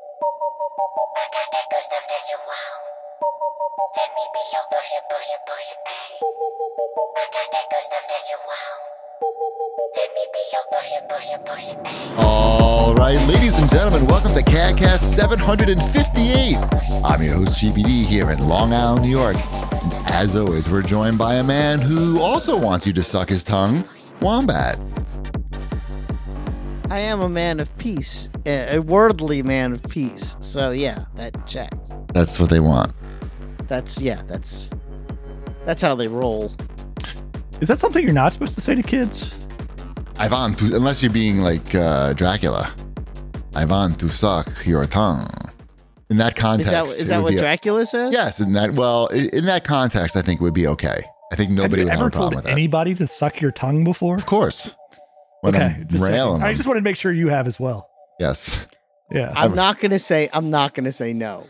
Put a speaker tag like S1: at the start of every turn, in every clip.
S1: I got that good stuff that you want. Let me be your pusher, pusher, pusher, ayy. I got that good stuff that you want. Let me be your pusher, pusher, pusher, ayy.
S2: All right, ladies and gentlemen, welcome to CADcast 758. I'm your host, GBD, here in Long Island, New York. And as always, we're joined by a man who also wants you to suck his tongue, Wombat.
S3: I am a man of peace, a a worldly man of peace. So yeah, that checks.
S2: That's what they want.
S3: That's yeah, that's that's how they roll.
S4: Is that something you're not supposed to say to kids?
S2: Ivan, to, unless you're being like uh, Dracula, Ivan, to suck your tongue. In that
S3: Is
S2: context,
S3: that
S2: it
S3: is that
S2: would
S3: what
S2: be-
S3: Dracula says?
S2: Yes, in that well, i- in that context, I think it would be okay. I think nobody
S4: Have you
S2: would have
S4: ever
S2: a problem
S4: told
S2: with that.
S4: anybody to suck your tongue before?
S2: Of course, when I'm
S4: just checking.
S2: railing
S4: I
S2: them.
S4: just wanted to make sure you have as well.
S2: yes,
S4: Yeah.
S3: I'm
S2: I'm-
S3: not gonna say I'm not gonna say no.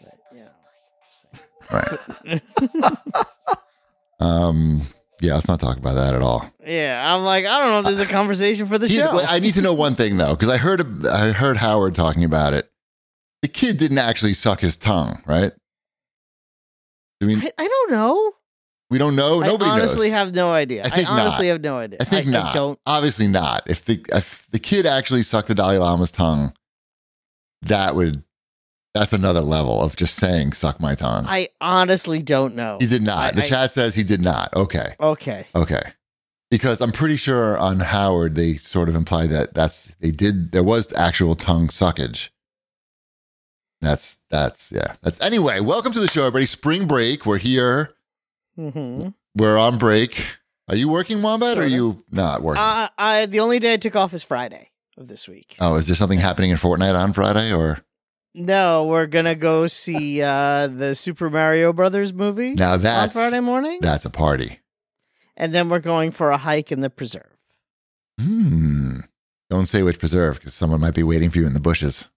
S3: But, yeah.
S2: um, yeah. Let's not talk about that at all.
S3: Yeah, I'm like, I don't know if there's a conversation for the
S2: He's-
S3: show.
S2: wait, Uh, I need to know one thing though, because I heard a- I heard Howard talking about it. The kid didn't actually suck his tongue, right? I mean,
S3: I, I don't know.
S2: we don't know. Oh, Nobody
S3: I honestly
S2: knows.
S3: have no idea.
S2: I think
S3: honestly
S2: not.
S3: have no idea.
S2: I think
S3: I,
S2: not.
S3: don't
S2: Obviously not. If the if the kid actually sucked the Dalai Lama's tongue, that would that's another level of just saying "suck my tongue."
S3: I honestly don't know.
S2: he did not.
S3: I-
S2: the
S3: I-
S2: chat says he did not. Okay,
S3: Okay.
S2: okay, because I'm pretty sure on Howard they sort of implied that that's they did. There was actual tongue suckage. That's that's yeah. That's anyway. Welcome to the show, everybody. Spring break. We're here.
S3: Mm-hmm.
S2: We're on break. Are you working, Wombat, or are
S3: Sorta.
S2: you not working?
S3: Uh, I the only day I took off is Friday of this week.
S2: Oh, is there something happening in Fortnite on Friday or
S3: No, we're gonna go see uh, the Super Mario Brothers movie
S2: now
S3: on
S2: that's
S3: Friday morning,
S2: that's a party.
S3: and then we're going for a hike in the preserve.
S2: Hmm. Don't say which preserve because someone might be waiting for you in the bushes.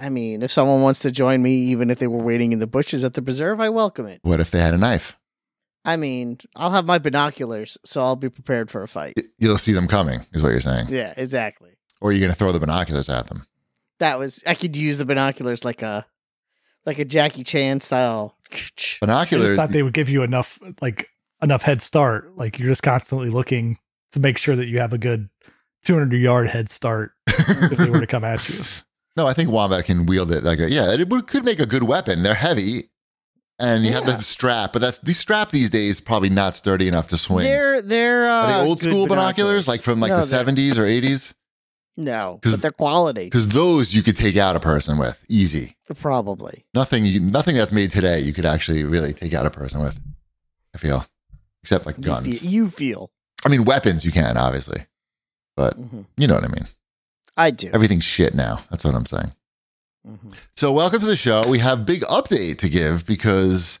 S3: I mean, if someone wants to join me, even if they were waiting in the bushes at the preserve, I welcome it.
S2: What if they had a knife?
S3: I mean, I'll have my binoculars, so I'll be prepared for a fight.
S2: Y- You'll see them coming, is what you're saying.
S3: Yeah, exactly.
S2: Or you're going to throw the binoculars at them.
S3: That was I could use the binoculars like a like a Jackie Chan style.
S4: I just
S2: Binoculars.
S4: thought they would give you enough, like enough head start. Like you're just constantly looking to make sure that you have a good 200 yard head start if they were to come at you.
S2: no, I think Wombat can wield it like a, yeah, it would, could make a good weapon. They're heavy and you have
S3: Yeah.
S2: the strap, but that's the strap these days probably not sturdy enough to swing.
S3: They're they're uh,
S2: Are they old
S3: good
S2: school binoculars, like from like
S3: No,
S2: the
S3: they're-
S2: 70s or 80s?
S3: No,
S2: 'Cause-
S3: but they're quality
S2: Because those you could take out a person with easy.
S3: probably.
S2: nothing you, nothing that's made today you could actually really take out a person with i feel except like
S3: You
S2: guns
S3: feel. You feel.
S2: i mean weapons you can obviously but
S3: Mhm.
S2: you know what i mean
S3: I do.
S2: everything's shit now that's what i'm saying
S3: Mhm.
S2: so welcome to the show we have big update to give because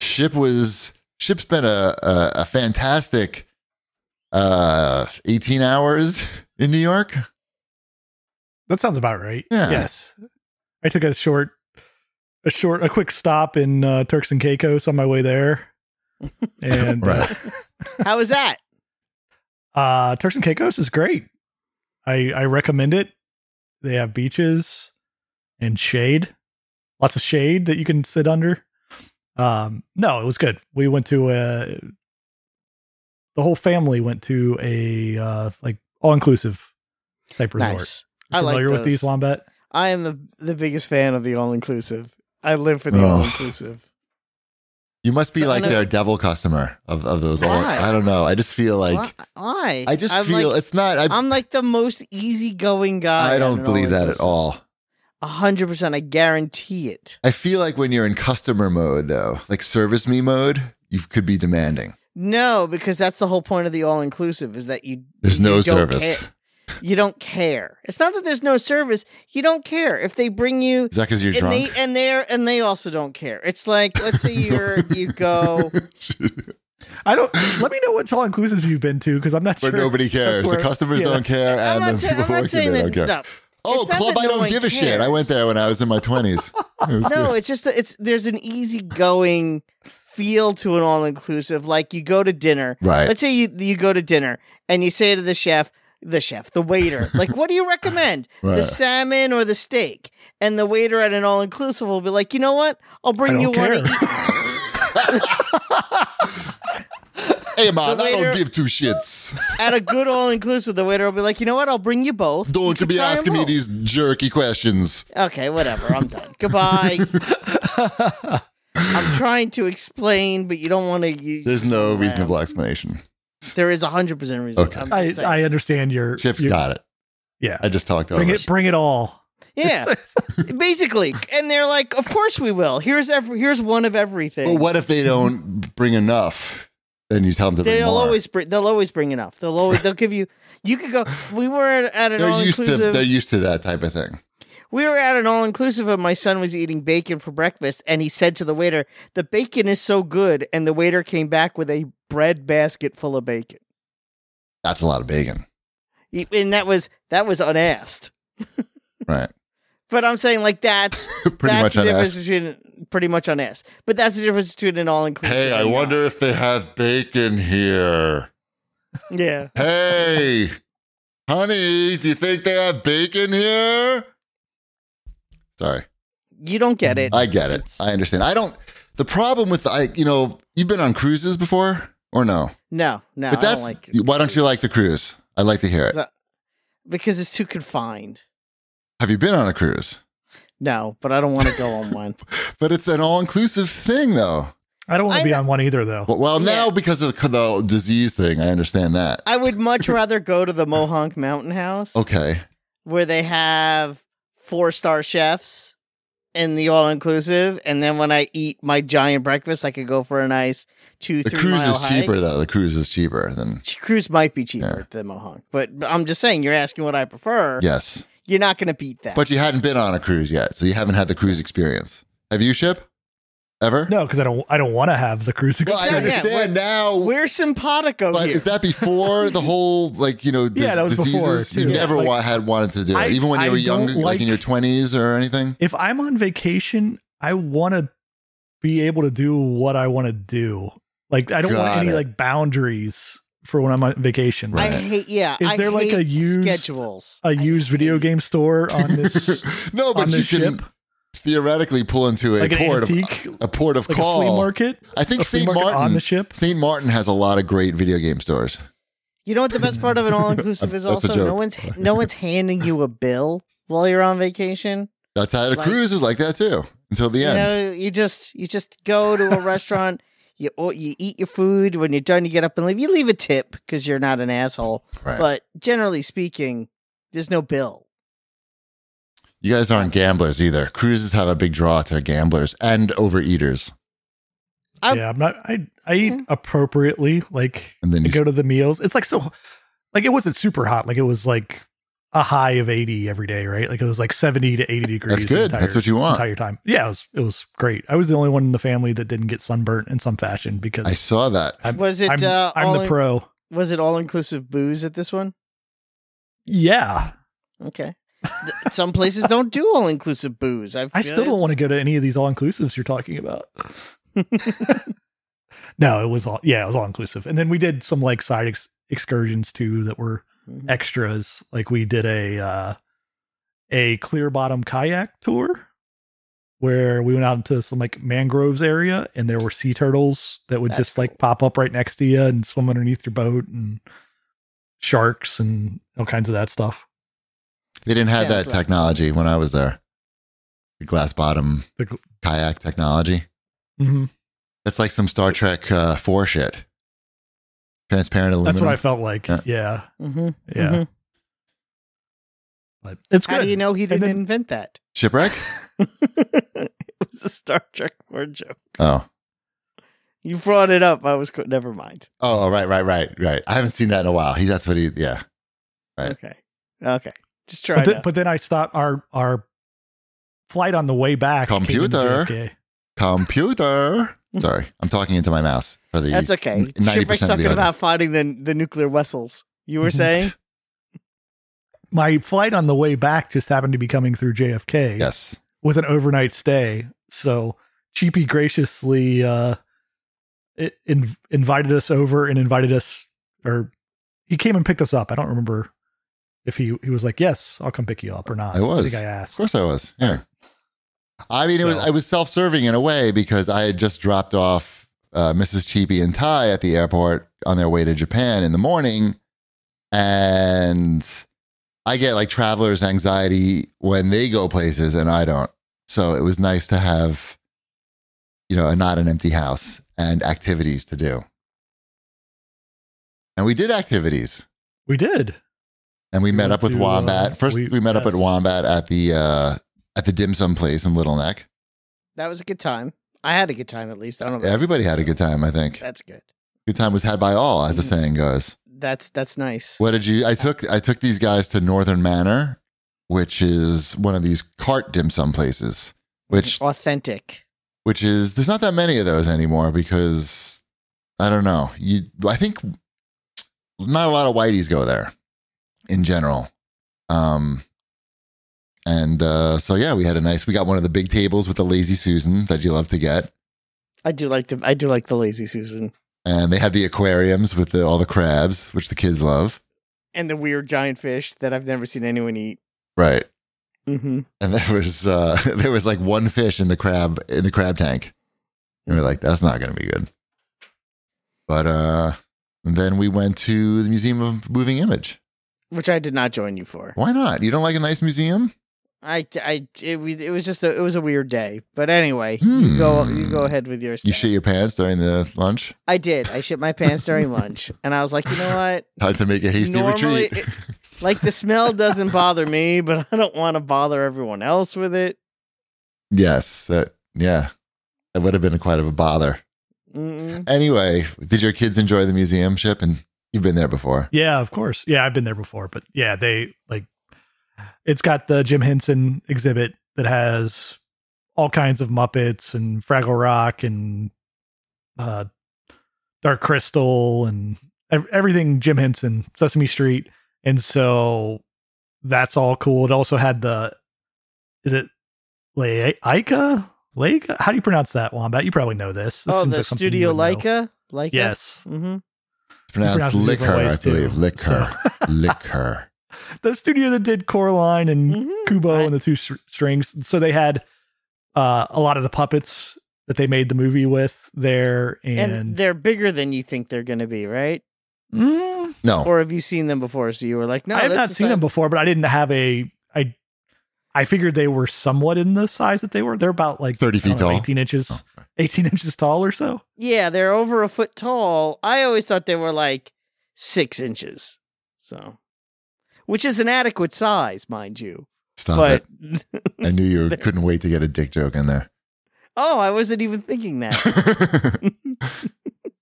S2: ship was ship's been a a, a fantastic uh 18 hours in new york
S4: That sounds about right.
S2: Yeah.
S4: Yes. I took a short, a short, a quick stop in uh, Turks and Caicos on my way there. And
S2: Right.
S4: uh,
S3: How is that?
S4: Uh, Turks and Caicos is great. I I recommend it. They have beaches and shade, lots of shade that you can sit under. Um, no, it was good. We went to a, the whole family went to a uh, like all inclusive type resort.
S3: Nice.
S4: You
S3: I like
S4: familiar
S3: those.
S4: with these Wombat?
S3: I am the the biggest fan of the all inclusive. I live for the
S2: Ugh.
S3: all inclusive.
S2: you must be
S3: No,
S2: like
S3: no.
S2: their devil customer of, of those all
S3: Why?
S2: i don't know i just feel like
S3: Why?
S2: i just
S3: I'm
S2: feel
S3: Like,
S2: it's not i,
S3: I'm like the most easygoing guy.
S2: I don't believe that at all
S3: hundred percent. I guarantee it.
S2: I feel like when you're in customer mode, though, like service me mode, you could be demanding.
S3: No, because that's the whole point of the all inclusive is that you
S2: There's
S3: you
S2: no
S3: don't
S2: service.
S3: care- You don't care. It's not that there's no service. You don't care if they bring you
S2: Is that because you're
S3: and
S2: drunk?
S3: they and they're and they also don't care. It's like let's say you're you go
S4: I don't. let me know what all inclusives you've been to because I'm not
S2: but
S4: sure.
S2: nobody cares.
S4: That's where-
S2: the customers
S4: yeah,
S2: don't care,
S3: I'm
S2: and
S3: not,
S2: the
S3: sa- I'm
S2: people
S3: not
S2: working
S3: saying
S2: there
S3: that
S2: don't care.
S3: no.
S2: oh,
S3: It's not
S2: club!
S3: that
S2: I
S3: no
S2: don't
S3: one
S2: give a shit. I
S3: cares.
S2: went there when I was in my twenties.
S3: No, it's just that it's there's an easygoing feel to an all inclusive. Like you go to dinner.
S2: Right.
S3: Let's say you you go to dinner and you say to the chef, the chef, the waiter, like, what do you recommend? The
S2: Right.
S3: salmon or the steak? And the waiter at an all inclusive will be like, you know what? I'll bring
S4: don't
S3: you one.
S4: care."
S3: To eat.
S2: Hey man,
S3: The
S2: I
S3: waiter-
S2: don't give two shits.
S3: At a good all inclusive, the waiter will be like, you know what? I'll bring you both.
S2: Don't you
S3: can
S2: be
S3: try 'em
S2: asking me
S3: both."
S2: these jerky questions.
S3: Okay, whatever. I'm done. Goodbye. I'm trying to explain, but you don't want to. You,
S2: There's no reasonable explanation.
S3: There is 100% reason.
S2: Okay.
S3: I'm
S4: I,
S3: just saying.
S4: I understand your
S2: Chip's
S4: your-
S2: got it.
S4: Yeah,
S2: I just talked
S4: bring
S2: over.
S4: it, bring it all.
S3: yeah, basically. And they're like, "Of course we will. Here's every, here's one of everything."
S2: But what if they don't bring enough? Then you tell them to bring
S3: they'll
S2: more.
S3: always bring. They'll always bring enough. They'll always. They'll give you. You could go. We were at an all
S2: they're used to they're
S3: inclusive.
S2: used to that type of thing.
S3: We were at an all inclusive, and my son was eating bacon for breakfast, and he said to the waiter, "The bacon is so good." And the waiter came back with a bread basket full of bacon,
S2: That's a lot of bacon,
S3: He- and that was that was unasked.
S2: right?
S3: But I'm saying like that's
S2: Pretty
S3: that's
S2: much
S3: the
S2: on
S3: difference
S2: us.
S3: between pretty much on S. But that's the difference between an all inclusive.
S2: if they have bacon here.
S3: Yeah.
S2: Hey, honey, do you think they have bacon here? Sorry,
S3: You don't get it.
S2: I get it.
S3: It's-
S2: I understand. I don't. The problem with I, you know, you've been on cruises before or no?
S3: no, no.
S2: but that's
S3: I don't like
S2: why don't you like the cruise? I'd like to hear it.
S3: Is that- because it's too confined.
S2: Have you been on a cruise?
S3: No, but I don't want to go on one.
S2: But it's an all-inclusive thing, though.
S4: I don't want
S3: I
S4: to be
S3: know-
S4: on one either, though.
S2: Well, well now
S3: Yeah.
S2: because of the, the disease thing, I understand that.
S3: I would much rather go to the Mohonk Mountain House
S2: Okay,
S3: where they have four star chefs and the all inclusive. And then when I eat my giant breakfast, I could go for a nice two,
S2: the
S3: three
S2: cruise
S3: mile
S2: is
S3: hike.
S2: cheaper though. The cruise is cheaper than
S3: Cruise might be cheaper
S2: Yeah.
S3: than Mohonk, but, but I'm just saying you're asking what I prefer.
S2: yes,
S3: You're not going to beat that.
S2: but you hadn't been on a cruise yet, so you haven't had the cruise experience. Have you, ship? Ever?
S4: No, because I don't. I don't want to have the cruise.
S2: Well, I
S3: Yeah, yeah,
S2: understand now.
S3: we're simpatico
S2: but
S3: here.
S2: is that before the whole like you know dis-
S4: Yeah, that was
S2: diseases?
S4: before,
S2: you
S4: too.
S2: never
S4: Like,
S2: wa- had wanted to do it,
S4: I-
S2: even when you
S4: I
S2: were young,
S4: don't
S2: like, in
S4: like-
S2: your twenties or anything.
S4: if I'm on vacation, I want to be able to do what I want to do. Like I don't want
S2: Got
S4: any
S2: it.
S4: like boundaries for when I'm on vacation.
S2: Right.
S3: I hate. Yeah,
S4: Is
S3: I
S4: there, like,
S3: hate
S4: a used-
S3: schedules?
S4: A
S3: I
S4: used video
S3: hate-
S4: game store on this
S2: no,
S4: on
S2: but you
S4: this
S2: can
S4: ship,
S2: theoretically pull into a
S4: like an
S2: port of
S4: antique,
S2: a port of
S4: like
S2: call.
S4: a flea market.
S2: I think
S4: a flea
S2: St.
S4: market
S2: Martin
S4: on the ship.
S2: St. Martin has a lot of great video game stores.
S3: You know what the best part of an all inclusive is
S2: That's a
S3: also
S2: joke.
S3: no one's no one's handing you a bill while you're on vacation.
S2: That's how the
S3: Like-
S2: cruise is like that too until the
S3: You
S2: end.
S3: know, you just you just go to a restaurant, you or you eat your food when you're done, you get up and leave. You leave a tip because you're not an asshole.
S2: Right.
S3: But generally speaking, there's no bill.
S2: you guys aren't gamblers either. Cruises have a big draw to gamblers and overeaters.
S3: I'm-
S4: yeah, I'm not. I I eat
S2: Mm.
S4: appropriately. Like
S2: And then
S4: I
S2: you
S4: go to the meals. It's like so. Like it wasn't super hot. Like it was like a high of 80 every day, right? Like it was like 70 to 80 degrees. the
S2: good. That's what you want.
S4: Entire time. Yeah, it was it was great. I was the only one in the family that didn't get sunburnt in some fashion because
S2: I saw that.
S4: I'm-
S3: Was it
S4: I'm,
S3: uh,
S4: I'm
S3: all
S4: the pro.
S3: was it all inclusive booze at this one?
S4: Yeah,
S3: Okay. Th- Some places don't do all inclusive booze. I've
S4: I still don't want to go to any of these all inclusives you're talking about. no, it was all yeah, it was all inclusive. And then we did some like side ex- excursions too that were
S3: to.
S4: extras. Like we did a uh, a clear bottom kayak tour where we went out into some like mangroves area and there were sea turtles that would
S3: That's
S4: just like pop up right next to you and swim underneath your boat and sharks and all kinds of that stuff.
S2: They didn't have
S3: Yeah,
S2: that
S3: that's right.
S2: technology when I was there. The glass bottom
S4: The gl-
S2: kayak technology.
S4: Mm-hmm.
S2: That's like some Star Trek uh, 4 shit. Transparent aluminum.
S4: That's what I felt like.
S2: Yeah. Mm-hmm.
S4: Yeah. Yeah.
S3: hmm
S4: But it's
S3: How
S4: good.
S3: do you know he didn't
S4: then-
S3: invent that?
S2: Shipwreck?
S3: it was a Star Trek lore joke.
S2: Oh.
S3: You brought it up. I was co- never mind.
S2: Oh, right, right, right, right. I haven't seen that in a while. He, that's what he, yeah. Right.
S3: Okay. Okay. Just try
S4: but, then,
S3: it.
S4: but then I stopped our our flight on the way back. came into
S2: Computer.
S4: JFK.
S2: Computer. Sorry, I'm talking into my mouse for the
S3: That's okay.
S2: 90%
S3: Shipwreck's
S2: of the
S3: talking about
S2: audience.
S3: fighting the, the nuclear vessels. You were saying?
S4: my flight on the way back just happened to be coming through JFK
S2: Yes.
S4: with an overnight stay. So Cheapy graciously uh, it in, invited us over and invited us, or he came and picked us up. I don't remember if he he was like, "Yes, I'll come pick you up" or not.
S2: I was.
S4: I think I
S2: Of
S4: asked.
S2: course I was. Yeah. I mean, it was
S4: So-
S2: I was self serving in a way because I had just dropped off uh, Mrs. Cheapy and Ty at the airport on their way to Japan in the morning, and I get like travelers' anxiety when they go places and I don't. So it was nice to have, you know, not an empty house and activities to do. And we did activities.
S4: We did.
S2: And we
S4: We
S2: met
S4: went
S2: up with
S4: to, uh,
S2: Wombat. First, we,
S4: we-
S2: met up at
S4: yes.
S2: Wombat at the uh, at the dim sum place in Little Neck.
S3: That was a good time. I had a good time at least. I don't know. about-
S2: Everybody had a good time, I think.
S3: That's good.
S2: Good time was had by all, as the
S3: Mhm.
S2: saying goes.
S3: That's that's nice.
S2: What did you? I took I took these guys to Northern Manor, which is one of these cart dim sum places. Which
S3: authentic.
S2: which is there's not that many of those anymore because I don't know. You, I think not a lot of whiteys go there in general. Um, and uh, so yeah, we had a nice. We got one of the big tables with the lazy Susan that you love to get,
S3: I do like the I do like the lazy Susan
S2: and they have the aquariums with the, all the crabs, which the kids love.
S3: and the weird giant fish that I've never seen anyone eat.
S2: Right.
S3: Mm-hmm.
S2: And there was uh, there was like one fish in the crab in the crab tank, and we are like, that's not going to be good. But uh, and then we went to the Museum of Moving Image.
S3: Which I did not join you for.
S2: Why not? You don't like a nice museum?
S3: I, I it, we- it was just a, it was a weird day. But anyway,
S2: Hmm.
S3: you go you go ahead with your.
S2: You
S3: stuff.
S2: shit your pants during the lunch.
S3: I did. I shit my pants during lunch, and I was like, you know what?
S2: Time to make a hasty
S3: Normally,
S2: retreat.
S3: Like the smell doesn't bother me, but I don't want to bother everyone else with it.
S2: yes, that yeah, that would have been quite of a bother.
S3: Mm-mm.
S2: Anyway, did your kids enjoy the museum ship? And you've been there before.
S4: Yeah, of course. Yeah, I've been there before, but yeah, they like it's got the Jim Henson exhibit that has all kinds of Muppets and Fraggle Rock and uh Dark Crystal and ev- everything Jim Henson, Sesame Street. And so that's all cool. It also had the is it Le- Leica? Leica? How do you pronounce that, Wombat? You probably know this. This
S3: Oh,
S4: seems
S3: the
S4: like something you
S3: studio
S4: would know.
S3: Leica, Leica.
S4: Yes.
S3: Mm-hmm.
S2: It's pronounced
S4: Pronounced
S2: liquor,
S4: different
S2: I
S4: ways, too.
S2: believe. Liquor,
S4: So-
S2: liquor.
S4: the studio that did Coraline and
S3: Mhm.
S4: Kubo
S3: I-
S4: and the two str- strings. So they had uh, a lot of the puppets that they made the movie with there,
S3: And,
S4: and,
S3: they're bigger than you think they're going to be, right?
S4: Mm,
S2: No,
S3: Or have you seen them before? So you were like, no,
S4: I have
S3: that's
S4: not
S3: the
S4: seen them
S3: size-
S4: before, but I didn't have a I. I figured they were somewhat in the size that they were. They're about like
S2: 30
S4: I don't
S2: feet
S4: know,
S2: tall.
S4: eighteen inches,
S2: Oh,
S4: eighteen inches tall or so.
S3: Yeah, they're over a foot tall. I always thought they were like six inches. So, which is an adequate size, mind you.
S2: stop it.
S3: but
S2: I knew you couldn't wait to get a dick joke in there.
S3: oh, I wasn't even thinking that.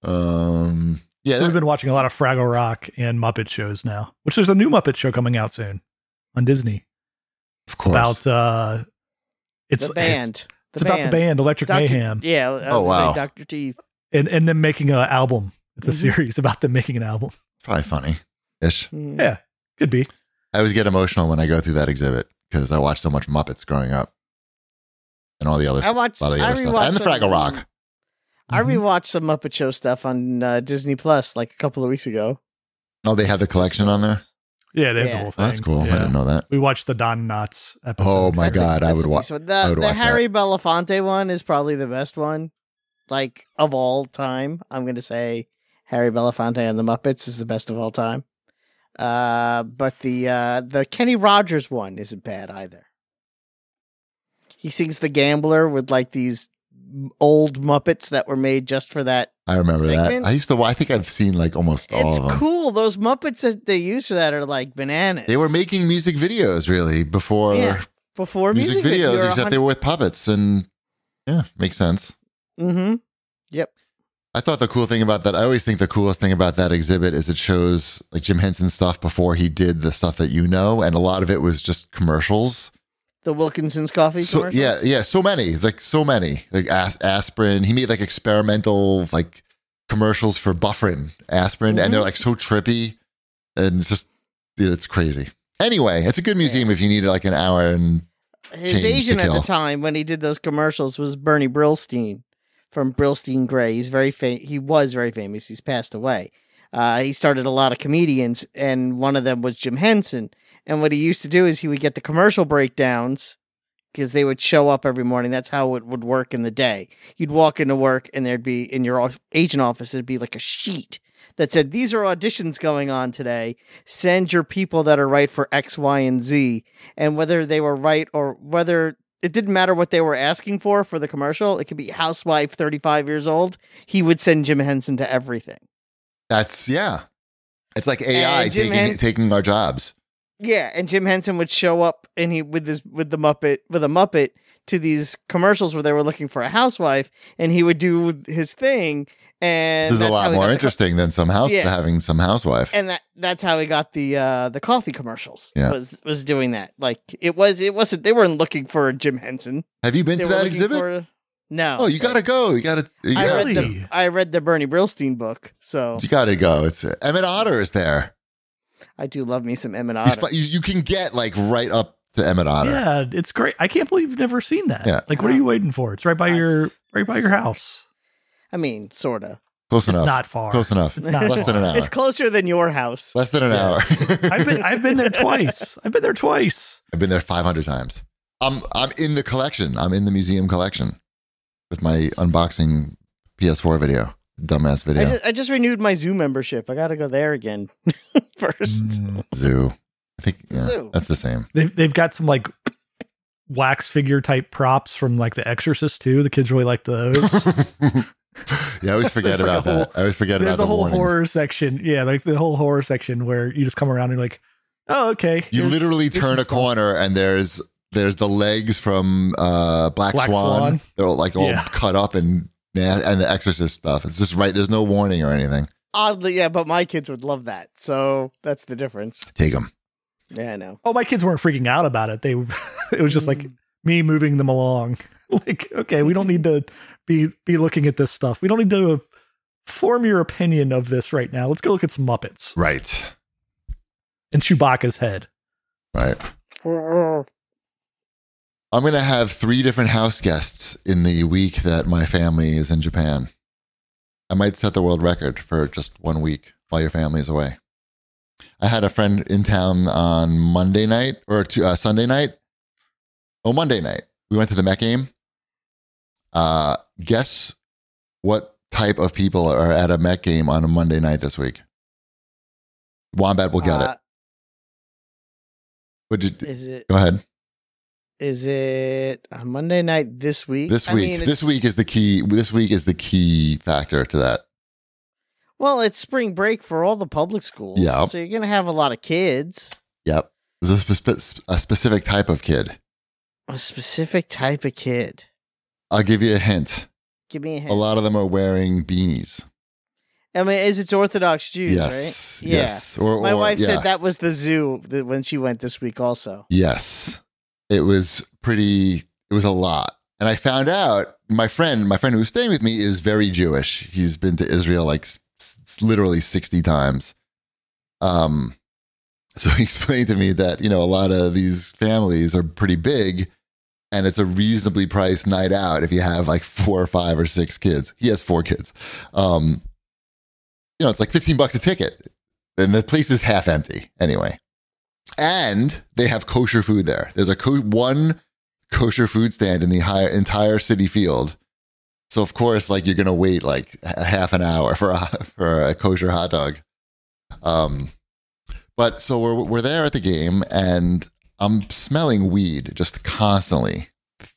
S2: um, yeah,
S4: So we've
S2: that-
S4: been watching a lot of Fraggle Rock and Muppet shows now, which there's a new Muppet show coming out soon on Disney
S2: of course.
S4: about uh, it's
S3: the band.
S4: It's, about the band Electric
S3: Dr.
S4: Mayhem.
S3: Yeah. I was
S2: Oh,
S3: gonna say
S2: wow.
S3: Dr. Teeth.
S4: and and then making an album. It's a
S3: Mhm.
S4: series about them making an album.
S2: Probably funny ish.
S3: Mm.
S4: Yeah. Could be.
S2: I always get emotional when I go through that exhibit because I watched so much Muppets growing up and all the other
S3: I
S2: stuff.
S3: watched.
S2: A lot of the
S3: I
S2: other stuff.
S3: rewatched
S2: And the
S3: some-
S2: Fraggle Rock. Mm-hmm.
S3: I
S4: Mhm.
S3: rewatched some Muppet Show stuff on uh, Disney Plus like a couple of weeks ago.
S2: Oh, they have the collection on there? Oh,
S4: Yeah, they have
S3: Yeah.
S4: the whole thing.
S2: That's cool.
S4: Yeah.
S2: I didn't know that.
S4: We watched the Don Knotts episode.
S2: Oh my
S3: That's a-
S2: God, I
S3: that's
S2: would
S3: a
S2: wa-
S3: decent one. The,
S2: I would
S3: the
S2: watch that.
S3: Harry Belafonte one is probably the best one, like of all time. I'm going to say Harry Belafonte and the Muppets is the best of all time. Uh, but the uh, the Kenny Rogers one isn't bad either. He sings the Gambler with like these m- old Muppets that were made just for that
S2: I remember
S3: Segment?
S2: that. I used to, wa- I think I've seen like almost all
S3: It's
S2: of them.
S3: cool. Those Muppets that they use for that are like bananas.
S2: They were making music videos really before
S3: Yeah, before
S2: music,
S3: music,
S2: videos, except they were with puppets. And yeah, makes sense.
S3: Mm-hmm.
S2: I thought the cool thing about that, I always think the coolest thing about that exhibit is it shows like Jim Henson stuff before he did the stuff that you know. And a lot of it was just commercials.
S3: The Wilkinson's coffee.
S2: so
S3: commercials.
S2: yeah yeah so many like so many like as- aspirin he made like experimental like commercials for bufferin aspirin and they're
S3: Mhm.
S2: like so trippy and it's just dude, it's crazy anyway it's a good museum if you need like an hour and
S3: His
S2: Change
S3: agent
S2: to
S3: at the
S2: kill.
S3: time when he did those commercials was Bernie Brillstein from Brillstein Gray. He's very fa- he was very famous. He's passed away. Uh, he started a lot of comedians, and one of them was Jim Henson. And what he used to do is he would get the commercial breakdowns because they would show up every morning. That's how it would work in the day. You'd walk into work, and there'd be in your au- agent office, there'd be like a sheet that said, These are auditions going on today. Send your people that are right for X, Y, and Z. And whether they were right or whether it didn't matter what they were asking for for the commercial, it could be housewife, 35 years old. He would send Jim Henson to everything.
S2: That's yeah. It's like AI
S3: And Jim
S2: taking
S3: Henson-
S2: taking our jobs.
S3: Yeah, and Jim Henson would show up and he with this with the Muppet with a Muppet to these commercials where they were looking for a housewife, and he would do his thing. And
S2: this is a
S3: that's how
S2: lot
S3: he got
S2: more
S3: the co-
S2: interesting than some house
S3: Yeah.
S2: having some housewife.
S3: and that that's how he got the uh, the coffee commercials.
S2: Yeah.
S3: was was doing that. Like it was it wasn't they weren't looking for a Jim Henson.
S2: Have you been
S3: They
S2: to
S3: were
S2: that
S3: looking
S2: exhibit?
S3: for- no.
S2: oh, you gotta go. You gotta. You
S3: I
S2: gotta,
S3: read
S4: Really?
S3: the I read the Bernie Brillstein book, so
S2: you gotta go. It's Emmett Otter is there.
S3: I do love me some Emmett
S2: You,
S3: Otter.
S2: sp- you, you can get like right up to Emmett Otter.
S4: Yeah, it's great. I can't believe you've never seen that.
S2: Yeah.
S4: Like, what are you waiting for? It's right by your
S3: Us.
S4: right by your house.
S3: I mean, sorta.
S2: Close
S4: It's
S2: enough.
S4: not far.
S2: Close enough.
S4: It's not
S2: Less
S4: far.
S2: than an hour.
S3: It's closer than your house.
S2: Less than an
S4: Yeah.
S2: hour.
S4: I've been I've been there twice. I've been there twice.
S2: I've been there 500 times. I'm I'm in the collection. I'm in the museum collection with my unboxing PS4 video, dumbass
S3: I,
S2: video.
S3: just, I just renewed my Zoo membership. I got to go there again first.
S2: Mm. Zoo. I think yeah,
S3: Zoo.
S2: that's the same.
S4: Mm. They've they've got some like wax figure type props from like The Exorcist too. The kids really like those.
S2: yeah, I always forget
S4: There's like
S2: about
S4: a
S2: that. I always forget about
S4: There's
S2: the
S4: a whole
S2: warning.
S4: horror section. Yeah, like the whole horror section where you just come around and you're like, oh okay.
S2: You
S4: here's-
S2: literally
S4: here's
S2: turn
S4: some
S2: a
S4: stuff."
S2: corner and there's there's the legs from uh, Black,
S4: Black
S2: Swan.
S4: Swan.
S2: They're all, like all
S4: Yeah.
S2: cut up and yeah, and the Exorcist stuff. It's just right. There's no warning or anything.
S3: Oddly, yeah, but my kids would love that. So that's the difference.
S2: Take them.
S3: Yeah, I know.
S4: Oh, my kids weren't freaking out about it. They it was just
S3: Mm.
S4: like me moving them along. like, okay, we don't need to be be looking at this stuff. We don't need to form your opinion of this right now. Let's go look at some Muppets
S2: Right.
S4: and Chewbacca's head.
S2: Right. I'm going to have three different house guests in the week that my family is in Japan. I might set the world record for just one week while your family is away. I had a friend in town on Monday night or t- uh, Sunday night. Oh, Monday night. We went to the Met game. Uh, guess what type of people are at a Met game on a Monday night this week? Wombat will get
S3: Uh,
S2: it. What did,
S3: Is it?
S2: go ahead.
S3: Is it on Monday night this week?
S2: This
S3: I
S2: week,
S3: mean,
S2: this
S3: it's-
S2: week is the key. This week is the key factor to that.
S3: Well, it's spring break for all the public schools.
S2: Yeah.
S3: So you're gonna have a lot of kids.
S2: Yep, there's a, spe- a specific type of kid.
S3: A specific type of kid.
S2: I'll give you a hint.
S3: Give me a hint.
S2: A lot of them are wearing beanies.
S3: I mean, is it's Orthodox Jews,
S2: yes,
S3: right?
S2: yes. Or,
S3: My
S2: or-
S3: wife
S2: yeah.
S3: said that was the zoo that when she went this week. Also,
S2: Yes, it was pretty. It was a lot, and I found out my friend, my friend who was staying with me, is very Jewish. He's been to Israel like s- s- literally sixty times. Um, so he explained to me that you know a lot of these families are pretty big, and it's a reasonably priced night out if you have like four or five or six kids. He has four kids. Um, you know, it's like fifteen bucks a ticket, and the place is half empty anyway and they have kosher food there. There's a co- one kosher food stand in the high, entire city field. So of course, like you're gonna wait like a half an hour for a, for a kosher hot dog. Um, but so we're we're there at the game, and I'm smelling weed just constantly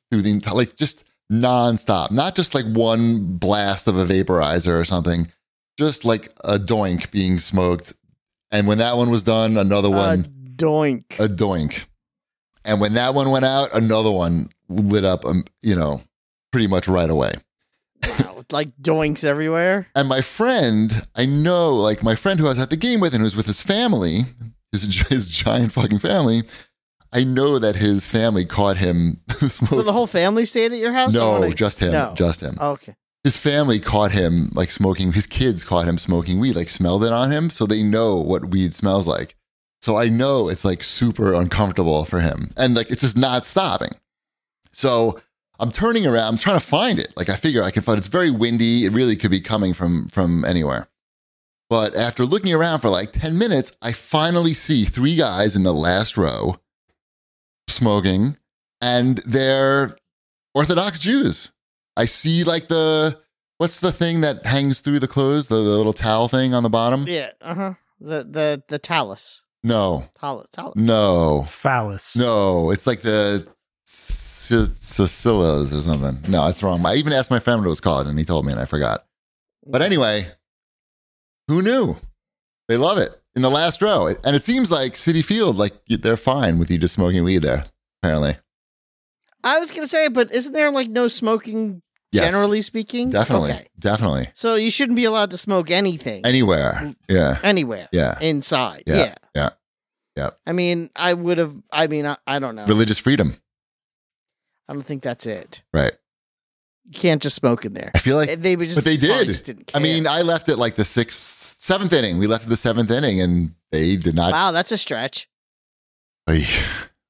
S2: through the entire, like just nonstop, not just like one blast of a vaporizer or something, just like a doink being smoked. And when that one was done, another
S3: uh,
S2: one
S3: doink.
S2: a doink. And when that one went out, another one lit up, um, you know, pretty much right away.
S3: Wow, with, like doinks everywhere.
S2: And my friend, I know, like my friend who I was at the game with and who's with his family, his, his giant fucking family, I know that his family caught him
S3: So
S2: smoking.
S3: the whole family stayed at your house. I
S2: no,
S3: wanna-
S2: just him.
S3: no. Oh.
S2: Just him.
S3: okay.
S2: His family caught him like smoking, his kids caught him smoking weed, like smelled it on him. So they know what weed smells like. So I know it's like super uncomfortable for him. And like it's just not stopping. So I'm turning around. I'm trying to find it. Like I figure I can find. It's very windy. It really could be coming from from anywhere. But after looking around for like ten minutes, I finally see three guys in the last row, smoking, and they're Orthodox Jews. I see like the what's the thing that hangs through the clothes, the, the little towel thing on the bottom.
S3: Yeah. Uh huh. The the the talus.
S2: No,
S3: Talus. Talus.
S2: no,
S4: Phallus.
S2: no. It's like the Ci- Sicilas or something. No, it's wrong. I even asked my friend what it was called, and he told me, and I forgot. But anyway, who knew? They love it in the last row, and it seems like City Field, like they're fine with you just smoking weed there. Apparently,
S3: I was gonna say, but isn't there like no smoking
S2: yes,
S3: generally speaking?
S2: definitely,
S3: Okay.
S2: definitely,
S3: So you shouldn't be allowed to smoke anything Mm.
S2: anywhere, yeah,
S3: anywhere
S2: yeah,
S3: inside.
S2: Yeah,
S3: Yeah.
S2: yeah, yeah.
S3: I mean, I would have. I mean, I, I don't know.
S2: religious freedom,
S3: I don't think that's it.
S2: right?
S3: You can't just smoke in there.
S2: I feel like
S3: they were just.
S2: but they did.
S3: probably just didn't
S2: I mean,
S3: care.
S2: I left at like the sixth, seventh inning. We left at the seventh inning, and they did not.
S3: wow, that's a stretch.
S2: Ay,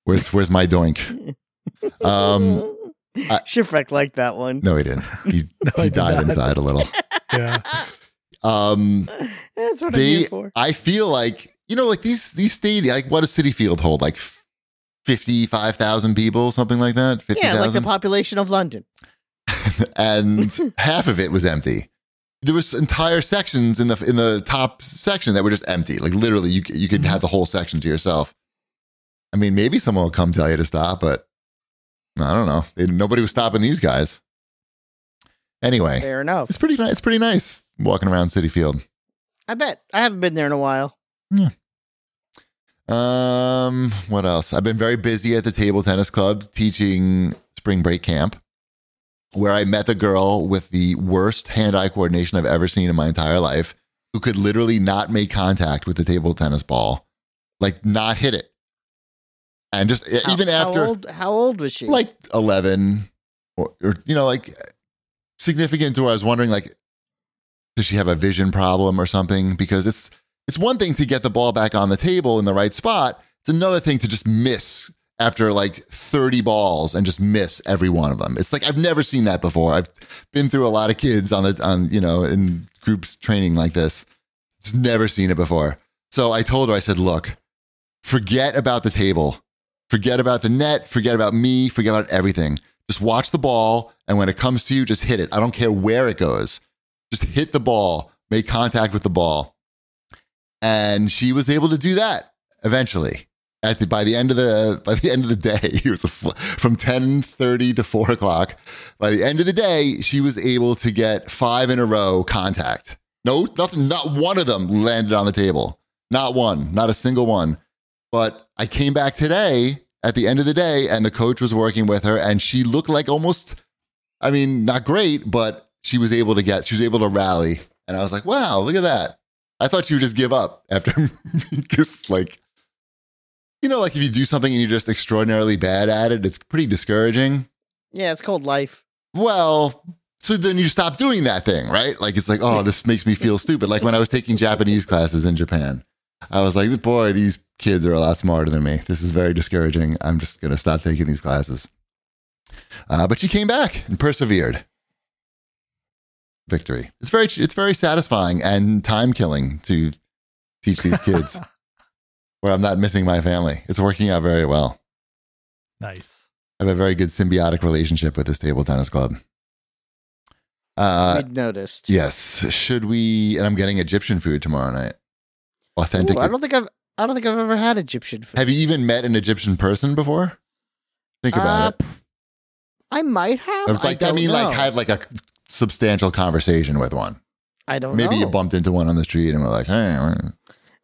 S2: where's where's my doink? Um, I-
S3: Shipwreck liked that one.
S2: No, he didn't. He
S4: I
S2: he
S4: did
S2: died
S4: not.
S2: inside a little.
S4: Yeah.
S2: Um,
S3: that's what
S2: They-
S3: I'm here for.
S2: I feel like you know, like these these stadiums. Like, what does City Field hold? Like fifty five thousand people, something like that. Fifty
S3: Yeah, like the
S2: thousand,
S3: population of London.
S2: and half of it was empty. There was entire sections in the in the top section that were just empty. Like literally, you c- you
S3: Mm-hmm.
S2: could have the whole section to yourself. I mean, maybe someone will come tell you to stop, but I don't know. They- nobody was stopping these guys. Anyway,
S3: Fair enough.
S2: It's pretty nice. It's pretty nice walking around City Field.
S3: I bet. I haven't been there in a while.
S2: Um, what else? I've been very busy at the table tennis club teaching spring break camp, where I met the girl with the worst hand-eye coordination I've ever seen in my entire life, who could literally not make contact with the table tennis ball, like not hit it, and just
S3: How-
S2: even after
S3: how old, how old was she?
S2: like 11 or, or you know like significant to where i was wondering like does she have a vision problem or something because it's it's one thing to get the ball back on the table in the right spot it's another thing to just miss after like 30 balls and just miss every one of them it's like i've never seen that before i've been through a lot of kids on the on you know in groups training like this just never seen it before so i told her i said look forget about the table Forget about the net, forget about me, forget about everything. Just watch the ball, and when it comes to you, just hit it. I don't care where it goes. Just hit the ball, make contact with the ball. And she was able to do that eventually. At the, by the end of the by the end of the day, it was a fl- from ten thirty to four o'clock. By the end of the day, she was able to get five in a row contact. No, nothing. Not one of them landed on the table. Not one. Not a single one. But I came back today at the end of the day, and the coach was working with her, and she looked like almost, I mean, not great, but she was able to get, she was able to rally. And I was like, wow, look at that. I thought she would just give up after just like, you know, like if you do something and you're just extraordinarily bad at it, it's pretty discouraging.
S3: yeah, it's called life.
S2: Well, so then you stop doing that thing, right? Like it's like, oh, this makes me feel stupid. Like when I was taking Japanese classes in Japan, I was like, boy, these kids are a lot smarter than me. This is very discouraging. I'm just going to stop taking these classes. Uh, but she came back and persevered. Victory. It's very it's very satisfying and time killing to teach these kids where I'm not missing my family. It's working out very well.
S4: Nice.
S2: I have a very good symbiotic relationship with this table tennis club. Uh,
S3: We'd noticed.
S2: yes. Should we? And I'm getting Egyptian food tomorrow night. Authentic.
S3: Ooh, I don't think I've. I don't think I've ever had Egyptian food.
S2: have you even met an Egyptian person before? Think about it.
S3: Uh, p- I might have.
S2: Or Like
S3: Uh, I,
S2: I,
S3: don't
S2: mean,
S3: know.
S2: like have like a substantial conversation with one.
S3: I don't
S2: Maybe
S3: know.
S2: you bumped into one on the street and were like, "Hey, we're-"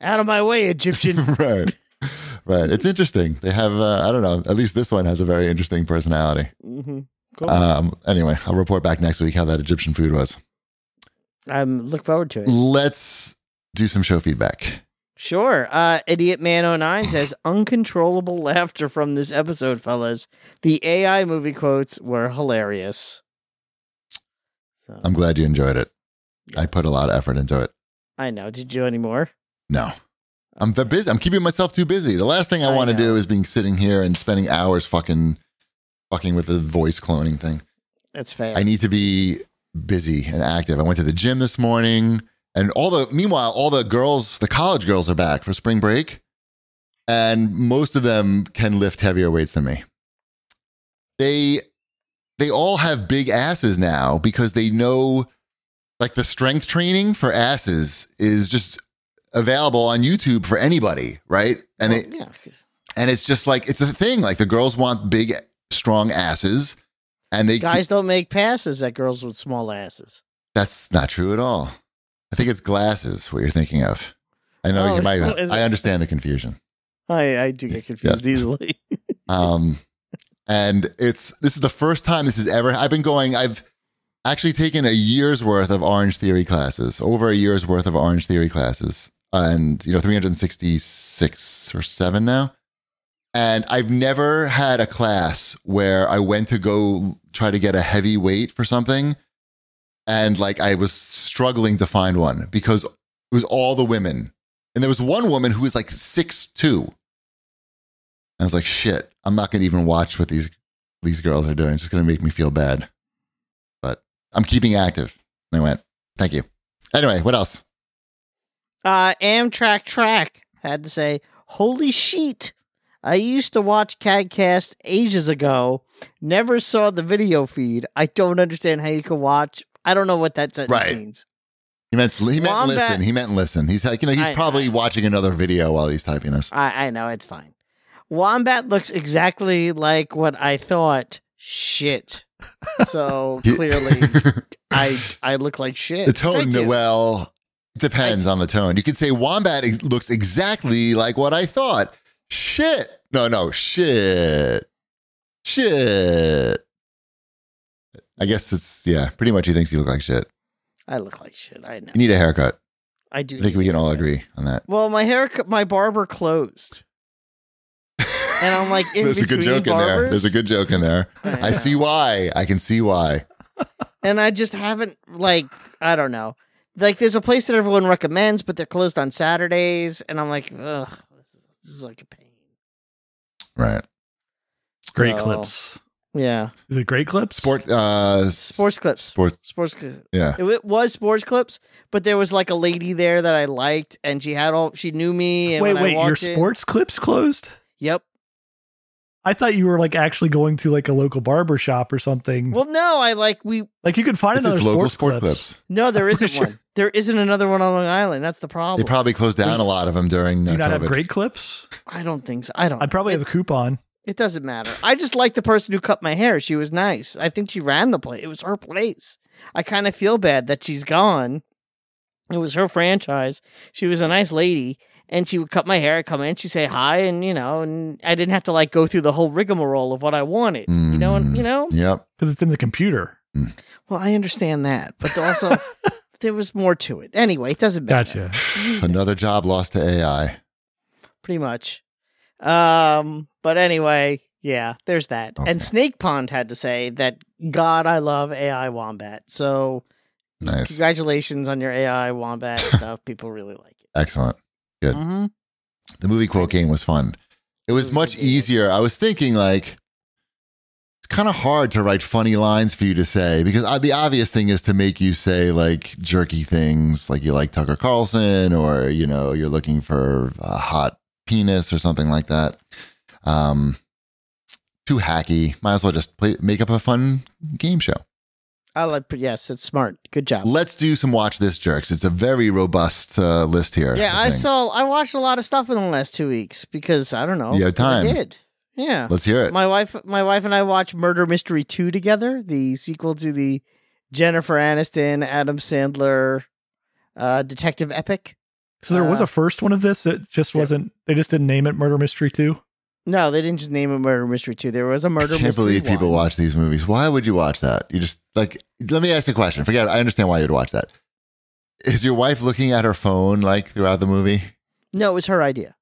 S3: Out of my way, Egyptian.
S2: right, right." It's interesting. They have. Uh, I don't know. At least this one has a very interesting personality.
S3: hmm cool.
S2: Um. Anyway, I'll report back next week how that Egyptian food was.
S3: I'm look forward to it.
S2: Let's do some show feedback.
S3: Sure. Uh, Idiot Man 09 says uncontrollable laughter from this episode, fellas. The AI movie quotes were hilarious. So,
S2: I'm glad you enjoyed it. I put a lot of effort into it.
S3: I know. Did you do any more?
S2: No, I'm ve- busy. I'm keeping myself too busy. The last thing I,
S3: I
S2: want to
S3: know.
S2: do is being sitting here and spending hours fucking fucking with the voice cloning thing.
S3: That's fair.
S2: I need to be busy and active. I went to the gym this morning, and all the meanwhile, all the girls, the college girls, are back for spring break, and most of them can lift heavier weights than me. They they all have big asses now because they know like the strength training for asses is just available on YouTube for anybody, right? And they
S3: Well, Oh, yeah, 'cause
S2: and it's just like it's a thing. Like the girls want big, strong asses, and they
S3: guys don't make passes at girls with small asses.
S2: That's not true at all. I think it's glasses. What you're thinking of? I know
S3: Oh,
S2: you might.
S3: is it-
S2: I understand the confusion.
S3: I, I do get confused easily.
S2: Um, and it's this is the first time this has ever. I've been going. I've actually taken a year's worth of Orange Theory classes, over a year's worth of Orange Theory classes, and you know, 366 or seven now. And I've never had a class where I went to go try to get a heavy weight for something, and like I was struggling to find one because it was all the women, and there was one woman who was like six two. I was like, shit, I'm not gonna even watch what these these girls are doing. It's just gonna make me feel bad. But I'm keeping active. And I went, thank you. Anyway, what else?
S3: Uh, Amtrak Track had to say, Holy shit! I used to watch CADcast ages ago, never saw the video feed. I don't understand how you can watch. I don't know what that sentence
S2: Right.
S3: means.
S2: He meant he meant
S3: Wombat-
S2: listen. He meant listen. He's like, you know, he's
S3: I-
S2: probably
S3: I-
S2: watching another video while he's typing this.
S3: I, I know, it's fine. Wombat looks exactly like what I thought. Shit. So clearly, I I look like shit.
S2: the tone,
S3: Thank you.
S2: Noel, depends on the tone. You could say Wombat ex- looks exactly like what I thought. Shit. No, no, shit. Shit. I guess it's yeah, pretty much he thinks you look like shit.
S3: I look like shit. I know.
S2: You need a haircut.
S3: I do.
S2: I think we can all agree on that.
S3: Well, my hair, my barber closed, and I'm like in
S2: There's a
S3: between
S2: good joke
S3: barbers.
S2: in there. There's a good joke in there.
S3: I
S2: I
S3: know.
S2: see why. I can see why.
S3: and I just haven't like I don't know. Like there's a place that everyone recommends, but they're closed on Saturdays, and I'm like, ugh, this is like a pain.
S2: Right.
S4: Great
S3: So,
S4: clips.
S3: Yeah,
S4: Is it great clips?
S2: Sport. Uh, s-
S3: sports clips.
S2: Sports.
S3: Sports clips.
S2: Yeah.
S3: It, it was sports clips, but there was like a lady there that I liked, and she had all she knew me. And
S4: Wait,
S3: when I
S4: wait. Your
S3: walked in-
S4: sports clips closed?
S3: Yep.
S4: I thought you were like actually going to like a local barber shop or something.
S3: Well, no, I like we.
S4: like you could find
S2: It's
S4: another
S2: his local
S4: sports
S2: sport
S4: clips.
S2: clips.
S3: No, there
S4: I'm
S3: isn't
S4: sure-
S3: one. There isn't another one on Long Island. That's the
S2: They
S3: problem.
S2: probably closed down a lot of them during
S4: Do
S2: uh,
S4: you not have
S2: COVID.
S4: great clips?
S3: I don't think so. I don't.
S4: I'd probably
S3: it,
S4: have a coupon.
S3: It doesn't matter. I just like the person who cut my hair. She was nice. I think she ran the place. It was her place. I kind of feel bad that she's gone. It was her franchise. She was a nice lady, and she would cut my hair, come in, she'd say hi, and you know, and I didn't have to like go through the whole rigmarole of what I wanted. You know, and you know.
S2: Yep.
S4: because it's in the computer.
S3: Well, I understand that, but also there was more to it. Anyway, it doesn't matter.
S4: Gotcha.
S2: Another job lost to AI.
S3: pretty much. Um, but anyway, yeah, there's that.
S2: Okay.
S3: And Snake Pond had to say that God, I love AI Wombat. So
S2: Nice.
S3: congratulations on your AI Wombat stuff. People really like it.
S2: Excellent. Good.
S3: Mhm.
S2: The movie quote game was fun. It was
S3: Movie
S2: much
S3: quote game was
S2: easier. I was thinking like it's kind of hard to write funny lines for you to say because uh, the obvious thing is to make you say like jerky things like you like Tucker Carlson or you know you're looking for a hot penis or something like that. Um too hacky. Might as well just play make up a fun game show.
S3: I like. Yes, it's smart. Good job.
S2: Let's do some watch this jerks. It's a very robust uh, list here.
S3: yeah, I
S2: think.
S3: saw. I watched a lot of stuff in the last two weeks because I don't know.
S2: You had
S3: 'cause I
S2: time.
S3: did. Yeah.
S2: Let's hear it.
S3: My wife, my wife and I watched Murder Mystery Two together, the sequel to the Jennifer Aniston, Adam Sandler, uh, detective epic.
S4: So there was
S3: Uh,
S4: a first one of this. It just
S3: yeah.
S4: wasn't. They just didn't name it Murder Mystery Two.
S3: No, they didn't just name it Murder Mystery Two. There was a Murder
S2: I can't
S3: Mystery.
S2: believe people
S3: one.
S2: watch these movies. Why would you watch that? You just like let me ask you a question. Forget it. I understand why you'd watch that. Is your wife looking at her phone like throughout the movie?
S3: No, it was her idea.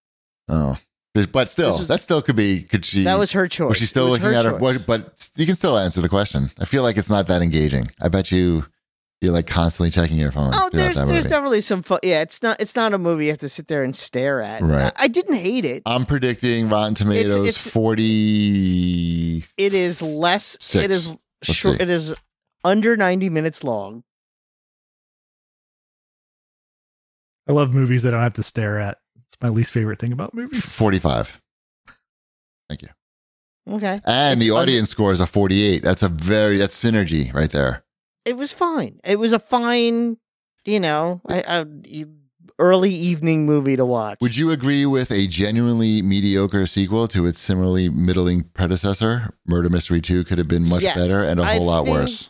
S2: Oh. There's- But still,
S3: This is-
S2: that still could be could she
S3: That was her choice.
S2: was she still
S3: It was
S2: looking at her
S3: choice.
S2: what, but you can still answer the question. I feel like it's not that engaging. I bet you You're like constantly checking your phone.
S3: Oh,
S2: throughout
S3: there's
S2: that
S3: there's
S2: movie.
S3: definitely some fun. Yeah, it's not it's not a movie you have to sit there and stare at.
S2: Right. Uh,
S3: I, I didn't hate it.
S2: I'm predicting Rotten Tomatoes
S3: it's-
S2: 40.
S3: It is less. It
S2: Six.
S3: is
S2: Let's
S3: short.
S2: see.
S3: It is under ninety minutes long.
S4: I love movies that I don't have to stare at. It's my least favorite thing about movies.
S2: 45.
S3: Okay,
S2: And
S3: It's
S2: the
S3: un-
S2: audience score is a 48. That's a very, that's synergy right there.
S3: it was fine. It was a fine, you know, I, I, e, early evening movie to watch.
S2: Would you agree with a genuinely mediocre sequel to its similarly middling predecessor? Murder Mystery 2 could have been much
S3: Yes,
S2: better and a
S3: I
S2: whole lot
S3: think-
S2: worse.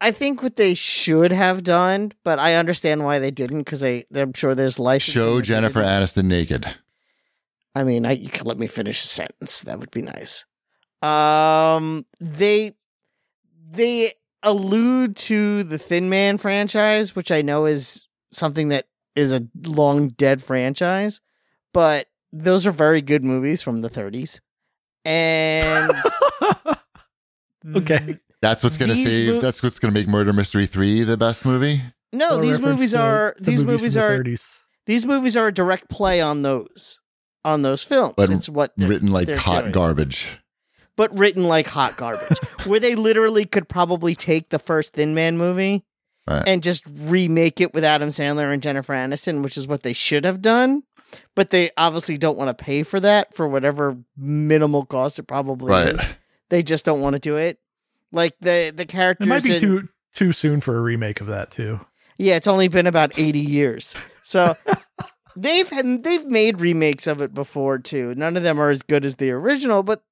S3: I think what they should have done, but I understand why they didn't because they, I'm sure there's licensing.
S2: Show
S3: that they
S2: Jennifer
S3: didn't-
S2: Aniston naked.
S3: I mean, I, you could let me finish the sentence. That would be nice. Um, they they allude to the Thin Man franchise, which I know is something that is a long dead franchise, but those are very good movies from the 30s. And
S4: okay.
S2: That's what's going to
S3: These
S2: save,
S3: mo-
S2: that's what's going to make Murder Mystery 3 the best movie.
S3: no,
S4: A
S3: these
S4: reference
S3: movies
S4: to-
S3: are
S4: to
S3: these
S4: from
S3: movies
S4: the
S3: are
S4: 30s.
S3: these movies are a direct play on those on those films.
S2: But
S3: it's what they're-
S2: Written like
S3: they're
S2: hot
S3: doing.
S2: garbage.
S3: but written like hot garbage, where they literally could probably take the first Thin Man movie
S2: Right.
S3: and just remake it with Adam Sandler and Jennifer Aniston, which is what they should have done. But they obviously don't want to pay for that for whatever minimal cost it probably
S2: Right.
S3: is. They just don't want to do it. Like the the characters
S4: It might be
S3: in-
S4: too too soon for a remake of that too.
S3: Yeah, it's only been about 80 years. So they've had, they've made remakes of it before too. None of them are as good as the original, but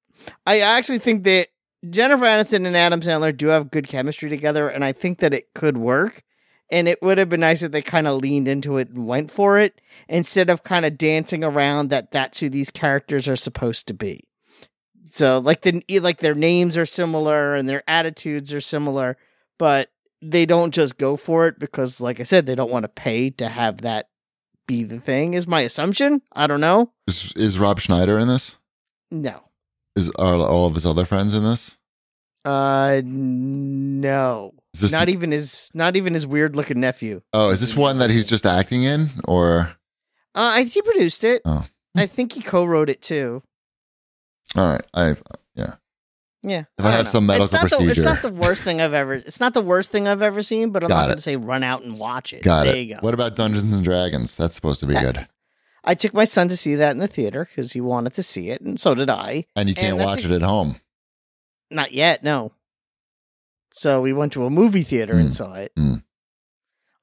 S3: I actually think that Jennifer Aniston and Adam Sandler do have good chemistry together and I think that it could work. And it would have been nice if they kind of leaned into it and went for it instead of kind of dancing around that that's who these characters are supposed to be. So like the like their names are similar and their attitudes are similar, but they don't just go for it because like I said, they don't want to pay to have that be the thing is my assumption. I don't know.
S2: Is, is Rob Schneider in this?
S3: No.
S2: Is are all of his other friends in this?
S3: Uh no.
S2: Is this
S3: not even his not even his weird looking nephew.
S2: Oh, is this one that he's just acting in, or
S3: Uh I he produced it.
S2: Oh.
S3: I think he co-wrote it too.
S2: all right? I
S3: Yeah.
S2: If I
S3: don't
S2: have some medical
S3: it's not the,
S2: procedure.
S3: it's not the worst thing I've ever it's not the worst thing I've ever seen, but I'm
S2: Got
S3: not
S2: it.
S3: gonna say run out and watch it.
S2: got
S3: there
S2: it.
S3: you go.
S2: What about Dungeons and Dragons? That's supposed to be
S3: That-
S2: good,
S3: I took my son to see that in the theater because he wanted to see it, and so did I.
S2: and you
S3: and
S2: can't
S3: that's
S2: watch
S3: a-
S2: it at home.
S3: Not yet, no. So we went to a movie theater
S2: Mm.
S3: and saw it
S2: Mm.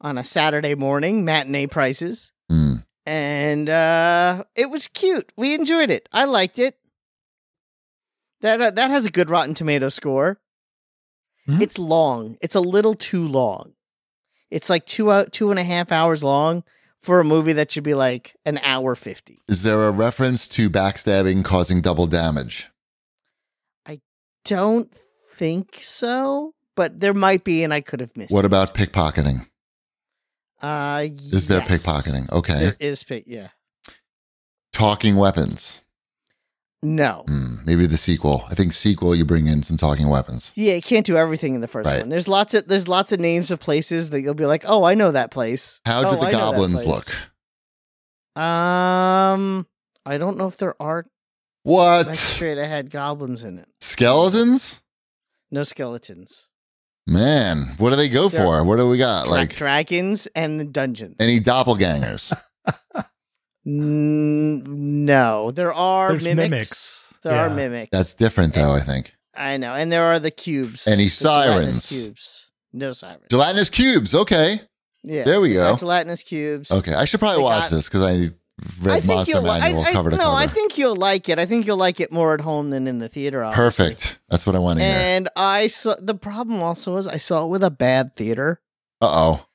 S3: on a Saturday morning, matinee prices.
S2: Mm.
S3: And uh, it was cute. We enjoyed it. I liked it. That uh, that has a good Rotten Tomato score.
S2: Mm-hmm.
S4: Mhm.
S3: It's long. It's a little too long. It's like two out two and a half hours long for a movie that should be like an hour fifty.
S2: Is there a reference to backstabbing causing double damage?
S3: Don't think so, but there might be, and I could have missed.
S2: What
S3: it.
S2: about pickpocketing?
S3: Uh,
S2: Is there
S3: yes.
S2: pickpocketing? Okay,
S3: There is pick. Yeah.
S2: talking weapons.
S3: No.
S2: Mm, maybe the sequel. I think sequel you bring in some talking weapons.
S3: Yeah, you can't do everything in the first
S2: Right.
S3: one. There's lots of there's lots of names of places that you'll be like, oh, I know that place.
S2: How do
S3: Oh,
S2: the
S3: I know that
S2: goblins
S3: place.
S2: look?
S3: Um, I don't know if there are like,
S2: What
S3: straight ahead goblins in it.
S2: skeletons?
S3: No skeletons.
S2: Man, what do they go
S3: They're-
S2: for? What do we got?
S3: Dra-
S2: Like Eh.
S3: dragons and the dungeons.
S2: any doppelgangers?
S3: Mm, no, there are
S4: There's
S3: mimics.
S4: mimics.
S3: There
S4: Yeah.
S3: are mimics.
S2: That's different, though. I think.
S3: I know, and there are the cubes.
S2: Any
S3: The gelatinous
S2: sirens?
S3: Cubes. No sirens.
S2: Gelatinous cubes. Okay,
S3: yeah,
S2: there we
S3: there are
S2: go.
S3: Gelatinous cubes.
S2: Okay, I should probably
S3: They
S2: watch
S3: got-
S2: this because I read Monster
S3: you'll li-
S2: Manual
S3: I, I,
S2: cover to
S3: no,
S2: cover.
S3: I think you'll like it. I think you'll like it more at home than in the theater. obviously.
S2: Perfect. That's what I want to hear.
S3: And I saw the problem also was I saw it with a bad theater.
S2: Uh oh.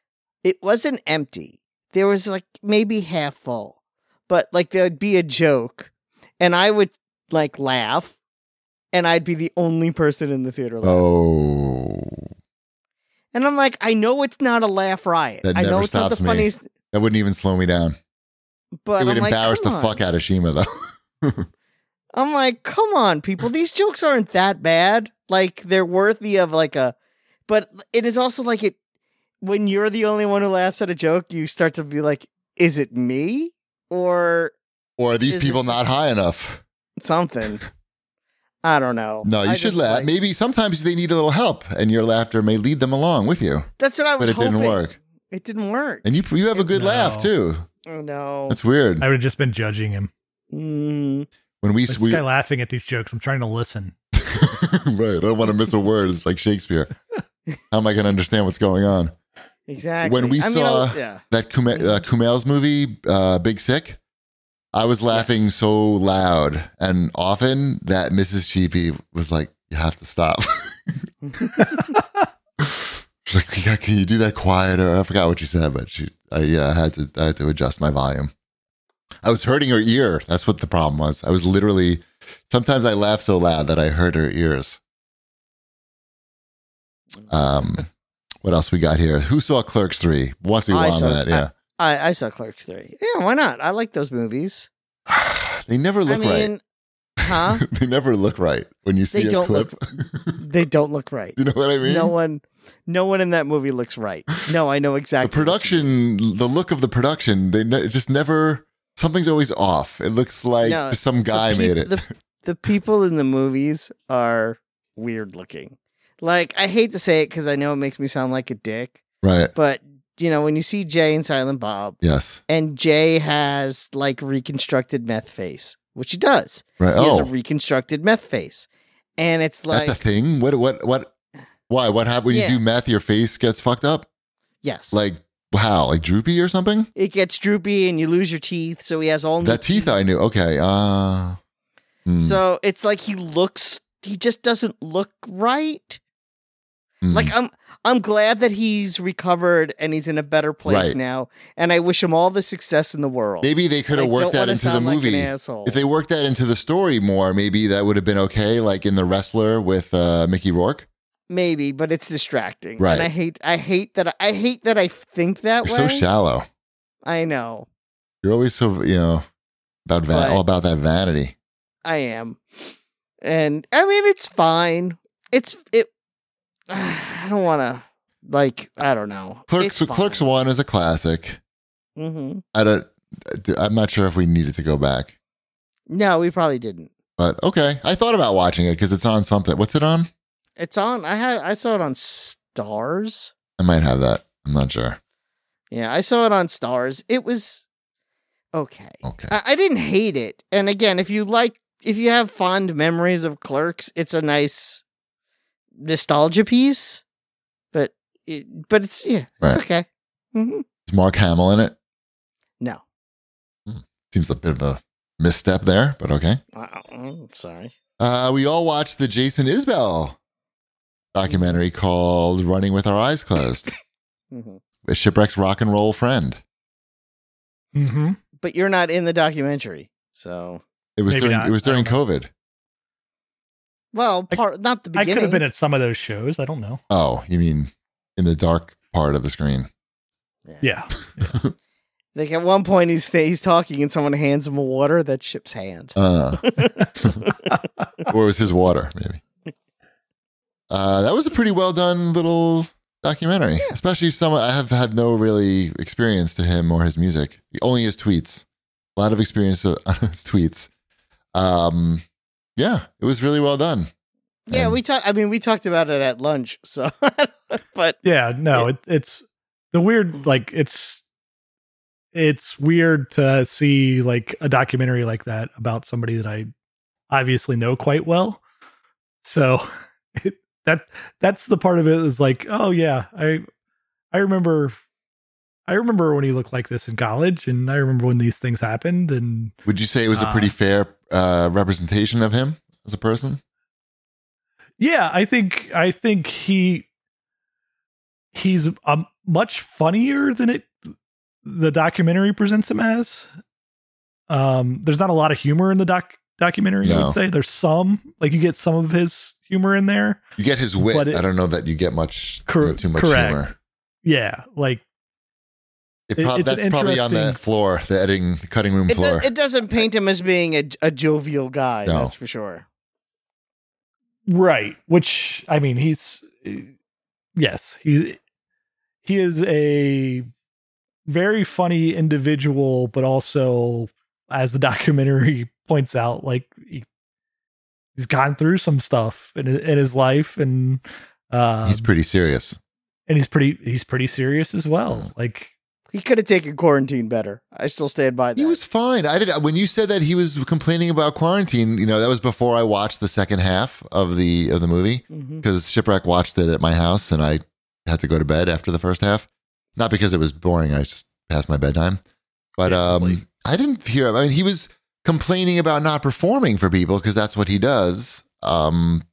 S3: It wasn't empty. There was like maybe half full, but like there'd be a joke, and I would like laugh, and I'd be the only person in the theater. Laughing.
S2: Oh.
S3: And I'm like, I know it's not a laugh riot.
S2: That
S3: I know
S2: never
S3: it's not the
S2: stops me.
S3: funniest,
S2: That wouldn't even slow me down.
S3: but
S2: it would
S3: I'm like,
S2: embarrass
S3: come
S2: the
S3: on.
S2: fuck out of Shima, though.
S3: I'm like, come on, people. These jokes aren't that bad. Like they're worthy of like a, but it is also like it. when you're the only one who laughs at a joke, you start to be like, is it me or
S2: Or are these
S3: Is
S2: people
S3: it-
S2: not high enough?
S3: something? I don't know.
S2: No, you
S3: I
S2: should
S3: just,
S2: laugh.
S3: like-
S2: Maybe sometimes they need a little help, and your laughter may lead them along with you.
S3: That's what I was
S2: But it
S3: hoping.
S2: didn't work,
S3: It didn't work.
S2: and you you have a good
S4: No.
S2: laugh too.
S3: oh no.
S2: That's weird.
S4: I would have just been judging him.
S3: Mm,
S2: When we
S4: This
S2: we
S4: guy laughing at these jokes. I'm trying to listen.
S2: right, I don't want to miss a word. It's like Shakespeare. How am I going to understand what's going on?
S3: exactly.
S2: When we
S3: I mean,
S2: saw-
S3: I'll- yeah.
S2: That Kume,
S3: Mm-hmm.
S2: uh, Kumail's movie, uh, Big Sick. I was laughing
S3: Yes.
S2: so loud and often that Mrs. Cheapy was like, "You have to stop." She's like, "Yeah, "Can you do that quieter?" I forgot what you said, but she, I, yeah, I had to, I had to adjust my volume. I was hurting her ear. That's what the problem was. I was literally. Sometimes I laugh so loud that I hurt her ears. Um, what else we got here? Who saw Clerks three? Once we were
S3: I
S2: on
S3: saw-
S2: that, yeah,
S3: I, I saw Clerks 3. Yeah, why not? I like those movies.
S2: they never
S3: I
S2: look
S3: mean,
S2: right.
S3: huh?
S2: they never look right when you see
S3: They
S2: a
S3: don't
S2: clip.
S3: look- they don't look right.
S2: you know what I mean?
S3: No one no one in that movie looks right. No, I know exactly.
S2: the production, the look of the production, they ne- it just never. Something's always off. It looks like
S3: No,
S2: some guy
S3: peop-
S2: made it.
S3: The, the people in the movies are weird looking. Like I hate to say it because I know it makes me sound like a dick,
S2: right.
S3: but you know when you see Jay and Silent Bob,
S2: Yes.
S3: and Jay has like reconstructed meth face, which he does.
S2: Right.
S3: He
S2: oh,
S3: has a reconstructed meth face, and it's like
S2: that's a thing. What? What? What? Why? What happened when
S3: Yeah.
S2: you do meth? Your face gets fucked up.
S3: yes,
S2: Like how? Like droopy or something?
S3: it gets droopy and you lose your teeth. So he has all new
S2: That teeth I knew. Okay. Uh, hmm,
S3: So it's like he looks. He just doesn't look right.
S2: hmm.
S3: Like I'm I'm glad that he's recovered and he's in a better place
S2: Right.
S3: now. And I wish him all the success in the world.
S2: maybe they could
S3: I
S2: have
S3: don't
S2: worked that
S3: wanna
S2: into the
S3: sound like an
S2: movie.
S3: asshole.
S2: if they worked that into the story more, maybe that would have been okay. Like in the wrestler with uh, Mickey Rourke.
S3: maybe, but it's distracting.
S2: Right.
S3: And I hate I hate that I, I hate that I think that
S2: You're
S3: way.
S2: so shallow.
S3: I know.
S2: You're always so you know about va-
S3: But-
S2: all about that vanity.
S3: I am. And I mean it's fine. It's it I don't wanna like I don't know.
S2: Clerks. Clerks one is a classic.
S3: Mm-hmm.
S2: I don't. I'm not sure if we needed to go back.
S3: No, we probably didn't.
S2: But okay, I thought about watching it because it's on something. What's it on?
S3: It's on I had I saw it on stars.
S2: I might have that. I'm not sure.
S3: Yeah, I saw it on Stars. It was okay.
S2: Okay,
S3: I, I didn't hate it. And again, if you like, if you have fond memories of Clerks, it's a nice nostalgia piece. But it, but it's yeah,
S2: Right.
S3: it's okay. hmm
S2: is Mark Hamill in it?
S3: No,
S2: Seems a bit of a misstep there, but okay.
S3: I, am Uh, mm, sorry.
S2: Uh, we all watched the Jason Isbell documentary called "Running with Our Eyes Closed:
S3: hmm
S2: A Shipwreck's Rock and Roll Friend."
S4: Mm-hmm.
S3: But you're not in the documentary, so
S2: It was
S4: Maybe
S2: during
S4: not.
S2: it was
S4: I
S2: during
S4: don't know.
S2: COVID.
S3: well,
S4: I-
S3: part not the
S4: I
S3: beginning.
S4: could have been at some of those shows. I don't know.
S2: Oh, you mean in the dark part of the screen?
S4: Yeah.
S3: Like at one point, he's he's talking, and someone hands him a water. That ship's hand.
S2: Uh, or it was his water? Maybe. Uh, that was a pretty well done little documentary. Especially someone I have had no really experience to him or his music. Only his tweets. A lot of experience on his tweets. Um, yeah, it was really well done.
S3: Yeah,
S2: And-
S3: we talked. I mean, we talked about it at lunch. So, but
S4: Yeah, no,
S3: Yeah.
S4: It, it's the weird like it's it's weird to see like a documentary like that about somebody that I obviously know quite well. So it, that that's the part of it is like, oh yeah, I I remember I remember when he looked like this in college and I remember when these things happened and
S2: Would you say it was a pretty
S4: Uh,
S2: fair uh, representation of him as a person?
S4: Yeah, I think I think he he's um, much funnier than it the documentary presents him as. Um, there's not a lot of humor in the doc documentary. I
S2: No.
S4: would say there's some like you get some of his humor in there.
S2: You get his wit.
S4: But it-
S2: I don't know that you get much you
S4: Cor-
S2: know, too much
S4: correct.
S2: humor.
S4: Yeah, like
S2: It
S4: It-
S2: prob-
S4: it's an
S2: that's probably on the
S4: interesting-
S2: floor, the editing, the cutting room
S3: it,
S2: floor.
S3: do- it doesn't paint him as being a, a jovial guy.
S2: No.
S3: That's for sure.
S4: right, which I mean he's yes he's he is a very funny individual, but also, as the documentary points out, like he, he's gone through some stuff in in his life, and uh,
S2: He's pretty serious.
S4: and he's pretty he's pretty serious as well. Like
S3: He could have taken quarantine better. I still stand by that.
S2: He was fine. I did when you said that he was complaining about quarantine. You know, that was before I watched the second half of the of the movie.
S3: Mhm.
S2: because Shipwreck watched it at my house and I had to go to bed after the first half. Not because it was boring, I was just past my bedtime. But
S4: Yeah, it's
S2: um,
S4: late.
S2: I didn't hear him. I mean, he was complaining about not performing for people because that's what he does. Um,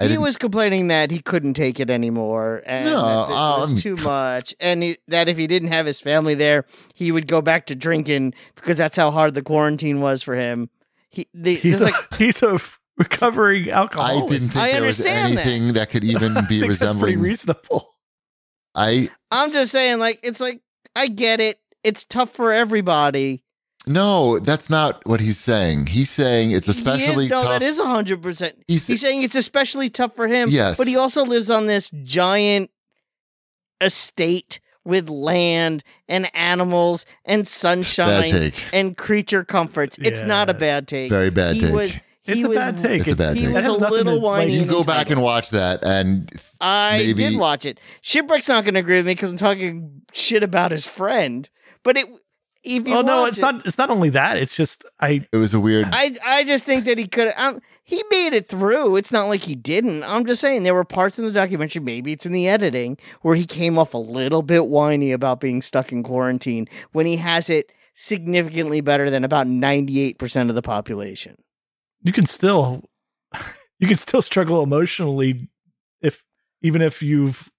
S2: I
S3: He
S2: didn't,
S3: was complaining that he couldn't take it anymore, and
S2: No,
S3: that it
S2: um,
S3: was too much, and he, that if he didn't have his family there, he would go back to drinking because that's how hard the quarantine was for him. He, the,
S4: he's
S3: there's
S4: a,
S3: like
S4: he's a recovering
S2: I
S4: alcoholic.
S2: didn't think
S3: I
S2: there was
S3: understand that.
S2: anything that, could even
S4: I
S2: be
S4: think that's pretty
S2: resembling.
S4: reasonable.
S2: I
S3: I'm just saying, like it's like I get it. It's tough for everybody.
S2: no, that's not what he's saying. He's saying it's especially
S3: he is, no,
S2: tough.
S3: that is hundred percent.
S2: He's-
S3: He's saying it's especially tough for him.
S2: Yes.
S3: But he also lives on this giant estate with land and animals and
S2: bad
S3: sunshine
S2: take,
S3: and creature comforts. It's not a
S4: Yeah.
S3: bad take.
S2: very bad
S3: he
S2: take.
S3: was he
S4: It's a
S3: was
S4: bad take.
S2: It's a bad
S3: he
S2: take.
S4: That
S3: was
S4: has
S3: a
S4: nothing
S3: little
S4: to- like,
S3: whiny
S2: you
S3: and
S2: go back and watch that, and
S3: I
S2: maybe-
S3: did watch it. Shipwreck's not going to agree with me because I'm talking shit about his friend. But it, if you
S4: Oh no,
S3: watch
S4: it's
S3: it-
S4: not. It's not only that. It's just I.
S2: it was a weird.
S3: I I just think that he could. Um, he made it through. It's not like he didn't. I'm just saying there were parts in the documentary. Maybe it's in the editing where he came off a little bit whiny about being stuck in quarantine when he has it significantly better than about 98 percent of the population.
S4: You can still. You can still struggle emotionally, if even if you've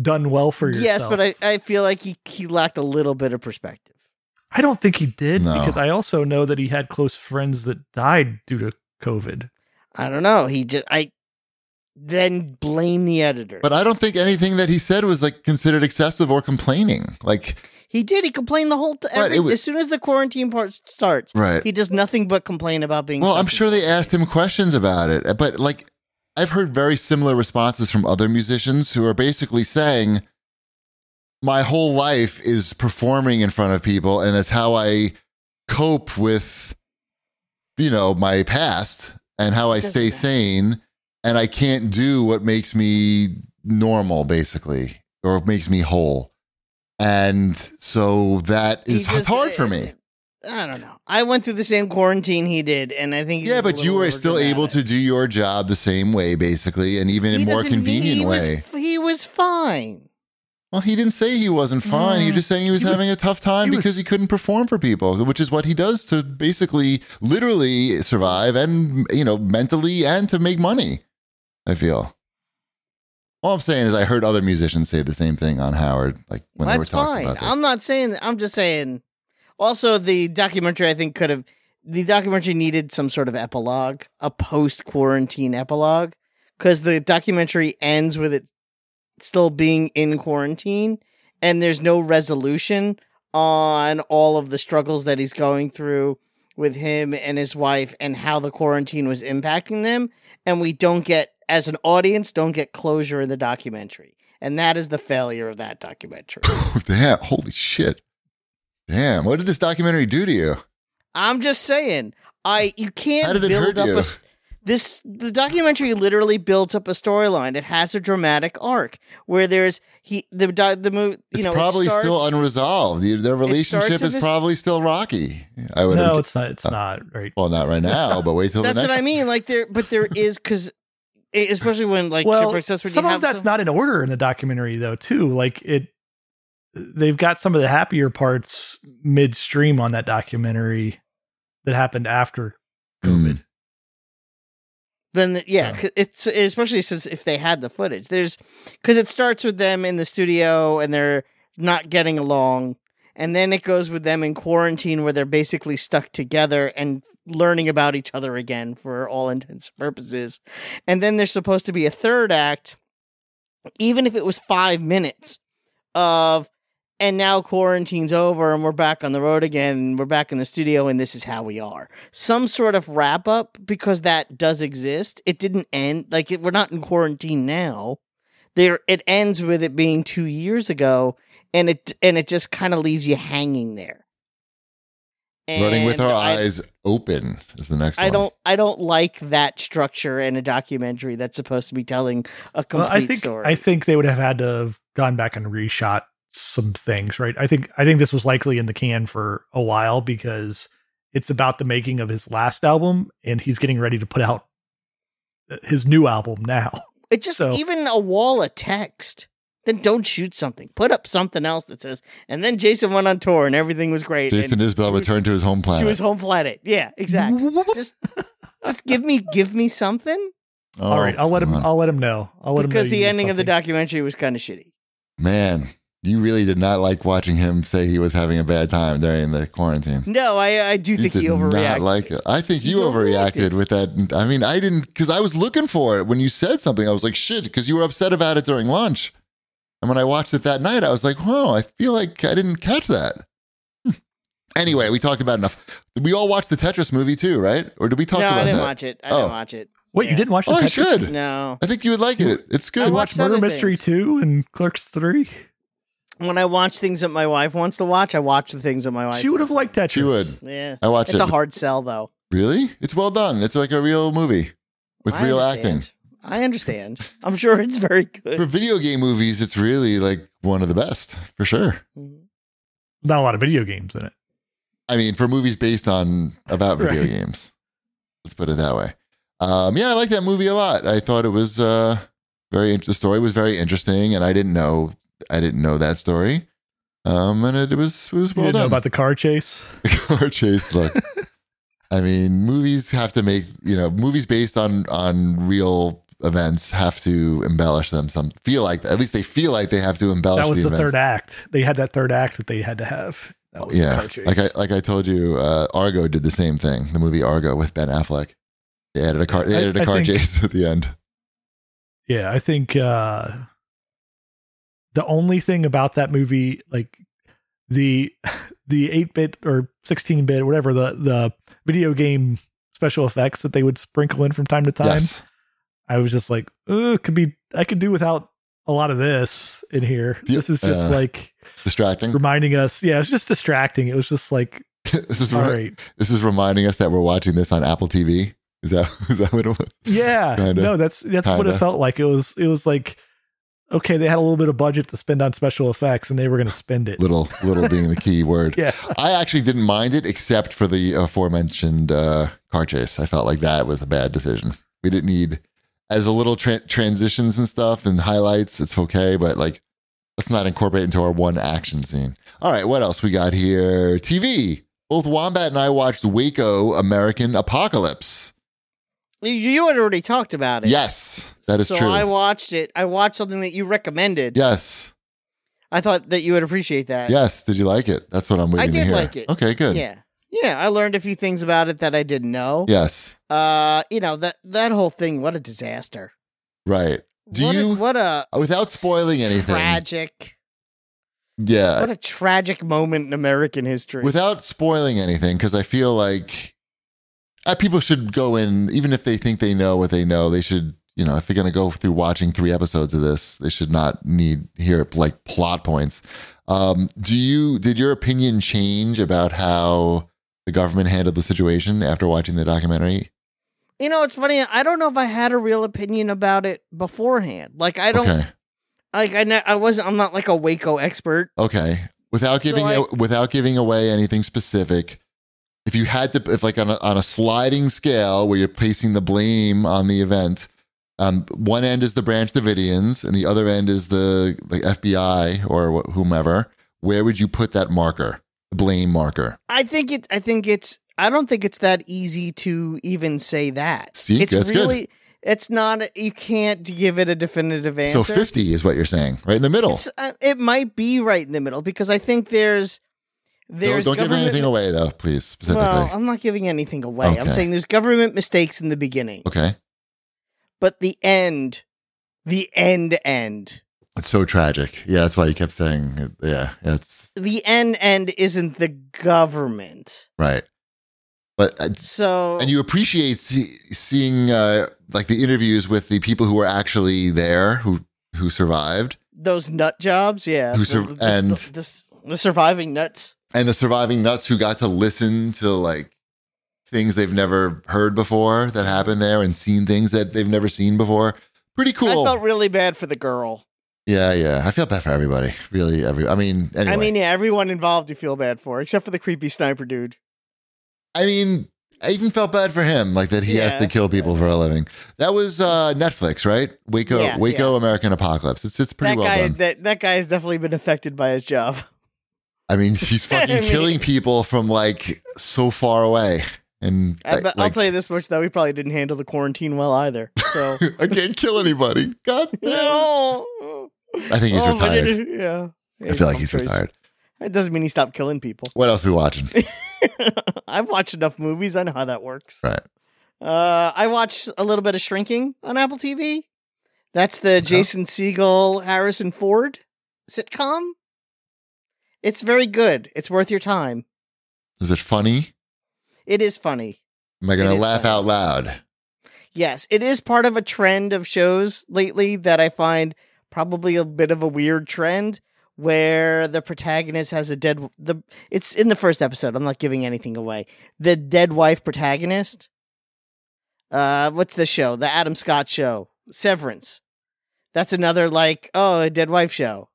S4: done well for yourself.
S3: Yes, but I, I feel like he he lacked a little bit of perspective.
S4: I don't think he did
S2: No.
S4: because I also know that he had close friends that died due to COVID.
S3: I don't know. He just I then blame the editor.
S2: But I don't think anything that he said was like considered excessive or complaining. Like,
S3: he did. He complained the whole t-
S2: But
S3: every,
S2: it was-
S3: as soon as the quarantine part starts.
S2: right.
S3: He does nothing but complain about being.
S2: Well, I'm
S3: stuck in
S2: sure they
S3: quarantine.
S2: asked him questions about it, but like, I've heard very similar responses from other musicians who are basically saying, My whole life is performing in front of people, and it's how I cope with, you know, my past and how I
S3: Doesn't
S2: stay
S3: matter.
S2: sane, and I can't do what makes me normal, basically, or makes me whole. And so that
S3: He
S2: is
S3: just-
S2: hard
S3: uh,
S2: for me.
S3: I don't know. I went through the same quarantine he did, and I think he
S2: Yeah,
S3: was a
S2: but you
S3: little
S2: were still able to
S3: overdramatic.
S2: do your job the same way, basically, and even in
S3: He
S2: a more
S3: doesn't mean
S2: convenient
S3: he
S2: way.
S3: Was, he was fine.
S2: well, he didn't say he wasn't
S3: Mm.
S2: fine. he was just saying he was
S4: He was-
S2: having a tough time
S4: he
S2: because
S4: was-
S2: he couldn't perform for people, which is what he does to basically, literally survive and you know mentally and to make money. I feel. All I'm saying is, I heard other musicians say the same thing on Howard, like when they were
S3: That's
S2: talking
S3: fine.
S2: about this.
S3: I'm not saying. that. I'm just saying. Also, the documentary I think could have. The documentary needed some sort of epilogue, a post quarantine epilogue, because the documentary ends with it still being in quarantine, and there's no resolution on all of the struggles that he's going through with him and his wife and how the quarantine was impacting them. And we don't get, as an audience, don't get closure in the documentary. And that is the failure of that documentary.
S2: Damn! Holy shit! Damn! What did this documentary do to you?
S3: I'm just saying, I you can't
S2: How did it
S3: build
S2: hurt
S3: up
S2: you?
S3: a s- this the documentary literally builds up a storyline. It has a dramatic arc where there's he the do- the movie you
S2: It's
S3: know it
S2: probably
S3: starts-
S2: still unresolved. You- Their relationship
S3: starts in
S2: is
S3: this-
S2: probably still rocky. I would
S4: No,
S2: have
S4: it's not. It's not right.
S2: well, not right now, but wait till
S3: That's
S2: the
S3: what
S2: next.
S3: I mean. Like there, but there is because especially when like
S4: well,
S3: Shipwrecks, that's when you
S4: some of
S3: have
S4: that's
S3: some-
S4: not in order in the documentary though too like it they've got some of the happier parts midstream on that documentary that happened after covid
S2: Mm.
S3: Then the- yeah,
S4: So.
S3: 'cause it's especially since if they had the footage, there's because it starts with them in the studio and they're not getting along, and then it goes with them in quarantine where they're basically stuck together and learning about each other again for all intents and purposes, and then there's supposed to be a third act, even if it was five minutes of. And now quarantine's over, and we're back on the road again. And we're back in the studio, and this is how we are some sort of wrap up because that does exist. It didn't end like it, we're not in quarantine now. there it ends with it being two years ago, and it and it just kind of leaves you hanging there.
S2: Running with our
S3: And I-
S2: eyes open is the next
S3: I
S2: one.
S3: don't I don't like that structure in a documentary that's supposed to be telling a complete
S4: Well, I think
S3: story.
S4: I think they would have had to have gone back and reshot some things, right? I think I think this was likely in the can for a while because it's about the making of his last album, and he's getting ready to put out uh, his new album now.
S3: It just
S4: So-
S3: even a wall of text. Then don't shoot something. Put up something else that says. And then Jason went on tour and everything was great. and
S2: Jason Isbell returned to his home planet.
S3: to his home planet. Yeah, exactly. just just give me give me something
S2: Oh,
S4: All right, I'll let him.
S2: come on.
S4: I'll let him know. I'll let him know
S3: because
S4: you
S3: the
S4: need
S3: ending of the
S4: something.
S3: documentary was kind of shitty.
S2: Man, you really did not like watching him say he was having a bad time during the quarantine.
S3: No, I I do think
S2: did
S3: he overreacted.
S2: Not like it. I think
S3: He
S2: you overreacted with that. I mean, I didn't because I was looking for it when you said something. I was like, shit, because you were upset about it during lunch. And when I watched it that night, I was like, wow, I feel like I didn't catch that. Hmm. Anyway, we talked about enough. We all watched the Tetris movie too, right? Or did we talk
S3: no,
S2: about
S3: I didn't
S2: that?
S3: watch it. I
S2: Oh.
S3: didn't watch it.
S4: Wait,
S3: Yeah.
S4: you didn't watch the
S2: oh, you
S4: Tetris?
S2: should.
S3: No,
S2: I think you would like it. It's
S3: I
S2: good.
S4: You
S3: watched
S4: watched Murder
S3: other
S4: Mystery
S3: things.
S4: Two and Clerks Three.
S3: when I watch things that my wife wants to watch, I watch the things that my wife.
S4: She would have liked Tetris.
S2: She would.
S3: Yeah,
S2: I watched
S3: it's
S2: it.
S3: a hard sell though.
S2: really? It's well done. It's like a real movie with
S3: I
S2: real
S3: understand.
S2: acting.
S3: I understand. I'm sure it's very
S2: For
S3: good.
S2: video game movies, it's really like one of the best for sure.
S3: Mm-hmm.
S4: Not a lot of video games in it.
S2: I mean, for movies based on about video
S4: Right.
S2: games. Let's put it that way. Um, yeah, I like that movie a lot. I thought it was uh, very. int- The story was very interesting, and I didn't know I didn't know that story. Um, and it, was was
S4: You
S2: well
S4: didn't know
S2: done.
S4: about the car chase.
S2: the car chase look. I mean, movies have to make you know movies based on on real events have to embellish them. Some feel like at least they feel like they have to embellish.
S4: that was the,
S2: events.
S4: third act. They had that third act that they had to have. That was the
S2: yeah,
S4: car chase.
S2: like I like I told you, uh, Argo did the same thing. The movie Argo with Ben Affleck. They added a car. They
S4: I-
S2: added a
S4: I
S2: car
S4: think-
S2: chase at the end.
S4: yeah, I think uh, the only thing about that movie, like the the eight bit or sixteen bit, whatever the the video game special effects that they would sprinkle in from time to time,
S2: Yes,
S4: I was just like, "Ugh, could be I could do without a lot of this in here.
S2: Yeah,
S4: This is just
S2: uh,
S4: like
S2: distracting.
S4: reminding us. Yeah, it's just distracting. It was just like,
S2: this is
S4: all
S2: re-
S4: right,
S2: this is reminding us that we're watching this on Apple TV. Is that is that what it was?
S4: Yeah.
S2: Kinda.
S4: No, that's that's what
S2: Kinda.
S4: it felt like. It was it was like okay, they had a little bit of budget to spend on special effects and they were going to spend it.
S2: Little little being the key word.
S4: Yeah.
S2: I actually didn't mind it except for the aforementioned uh, car chase. I felt like that was a bad decision. We didn't need as a little tra- transitions and stuff and highlights. It's okay, but like let's not incorporate it into our one action scene. All right, what else we got here? TV. Both Wombat and I watched Waco American Apocalypse.
S3: You, you had already talked about it.
S2: Yes, that is
S3: so
S2: true.
S3: I watched it. I watched something that you recommended.
S2: yes,
S3: I thought that you would appreciate that.
S2: yes. Did you like it? That's what I'm waiting to
S3: did
S2: hear.
S3: like it.
S2: Okay, good.
S3: Yeah. Yeah. I learned a few things about it that I didn't know.
S2: Yes,
S3: Uh, you know, that that whole thing, what a disaster.
S2: right. Do
S3: what
S2: you-
S3: a, what a
S2: Without spoiling anything.
S3: Tragic.
S2: Yeah.
S3: What a tragic moment in American history.
S2: without spoiling anything because i feel like uh, people should go in even if they think they know what they know they should you know if they're going to go through watching three episodes of this they should not need hear like plot points um, do you did your opinion change about how the government handled the situation after watching the documentary
S3: you know, it's funny. I don't know if I had a real opinion about it beforehand. Like I don't
S2: okay
S3: like I ne- I wasn't I'm not like a Waco expert.
S2: okay without
S3: So
S2: giving
S3: I-
S2: without giving away anything specific if you had to if like on a, on a sliding scale where you're placing the blame on the event um, one end is the branch davidians and the other end is the, the fbi or wh- whomever where would you put that marker blame marker
S3: I think it I think it's I don't think it's that easy to even say that.
S2: See,
S3: it's
S2: that's good.
S3: really it's not you can't give it a definitive
S2: so
S3: answer.
S2: 50 is what you're saying right in the middle
S3: It's, uh, it might be right in the middle because I think there's
S2: don't,
S3: there's
S2: don't give
S3: government-
S2: anything away though please specifically
S3: Well, um I'm not giving anything away. I'm
S2: Okay.
S3: saying there's government mistakes in the beginning,
S2: okay
S3: but the end, the end, end,
S2: it's so tragic yeah that's why you kept saying it. yeah it's
S3: the end, end isn't the government.
S2: right but uh,
S3: So
S2: and you appreciate see, seeing uh, like the interviews with the people who were actually there who who survived,
S3: Those nut jobs, yeah.
S2: Who
S3: The-
S2: sur-
S3: the- the-
S2: and-
S3: the s- the surviving nuts.
S2: and the surviving nuts who got to listen to like things they've never heard before that happened there and seen things that they've never seen before. Pretty cool.
S3: I felt really bad for the girl.
S2: yeah, yeah. I feel bad for everybody. Really, every. I mean, anyway.
S3: I mean, yeah, everyone involved you feel bad for, except for the creepy sniper dude.
S2: I mean, I even felt bad for him, like that he has
S3: Yeah.
S2: to kill people for a living. That was uh, Netflix, right? Waco,
S3: Yeah,
S2: Waco, American Apocalypse. It's it's pretty
S3: that
S2: well
S3: guy,
S2: done.
S3: that that guy has definitely been affected by his job.
S2: I mean, she's fucking
S3: I mean-
S2: killing people from like so far away, and
S3: I,
S2: uh,
S3: but I'll
S2: like,
S3: tell you this much though, he probably didn't handle the quarantine well either. So
S2: I can't kill anybody. God damn.
S3: no,
S2: I think he's
S3: Oh, but it-
S2: retired.
S3: yeah,
S2: I feel like he's retired.
S3: It doesn't mean he stopped killing people.
S2: What else we watching?
S3: I've watched enough movies. I know how that works.
S2: Right.
S3: Uh, I watched a little bit of Shrinking on Apple TV. That's the Jason Segel, Harrison Ford sitcom. It's very good. It's worth your time.
S2: Is it funny?
S3: It is funny.
S2: Am I gonna
S3: It is
S2: laugh
S3: funny.
S2: out loud?
S3: Yes, it is part of a trend of shows lately that I find probably a bit of a weird trend where the protagonist has a dead the it's in the first episode. I'm not giving anything away. The dead wife protagonist. Uh what's the show? The Adam Scott show. Severance. That's another like, oh, a dead wife show.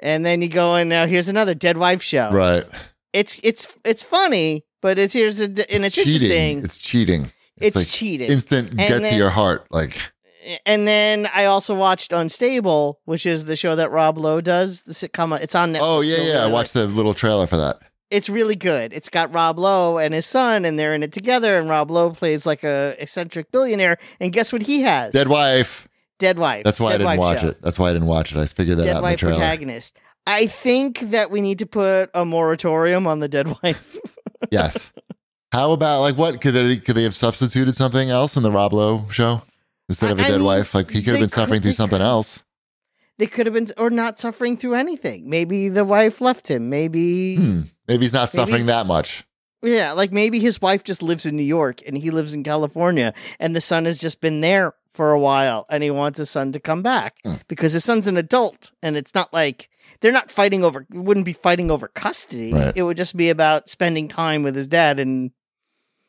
S3: And then you go and now here's another dead wife show.
S2: Right.
S3: It's it's it's funny, but it's here's a, and it's,
S2: cheating.
S3: interesting. It's,
S2: It's cheating. like
S3: cheating.
S2: Instant get to
S3: then-
S2: your heart. Like
S3: and then I also watched Unstable, which is the show that Rob Lowe does. The sitcom. It's on Netflix.
S2: oh yeah,
S3: You'll
S2: yeah. I
S3: really
S2: watched the little trailer for that.
S3: it. It's really good. It's got Rob Lowe and his son, and they're in it together. And Rob Lowe plays like a eccentric billionaire. And guess what he has?
S2: Dead wife.
S3: Dead wife.
S2: That's why I
S3: Dead
S2: didn't
S3: Wife
S2: watch
S3: show.
S2: it. That's why I didn't watch it. I figured that
S3: Dead
S2: out in the
S3: wife
S2: trailer.
S3: protagonist. I think that we need to put a moratorium on the dead wife.
S2: yes. How about like what could they could they have substituted something else in the Rob Lowe show instead of a
S3: I- I
S2: dead
S3: mean,
S2: wife? Like he could have
S3: they
S2: been suffering
S3: could-
S2: through
S3: they
S2: something
S3: could.
S2: else.
S3: they could have been, or not suffering through anything. Maybe the wife left him. Maybe.
S2: Hmm. Maybe he's not
S3: Maybe-
S2: suffering that much.
S3: Yeah, like maybe his wife just lives in New York and he lives in California, and the son has just been there for a while and he wants his son to come back
S2: Hmm.
S3: because his son's an adult and it's not like they're not fighting over, it wouldn't be fighting over custody.
S2: Right.
S3: It would just be about spending time with his dad and,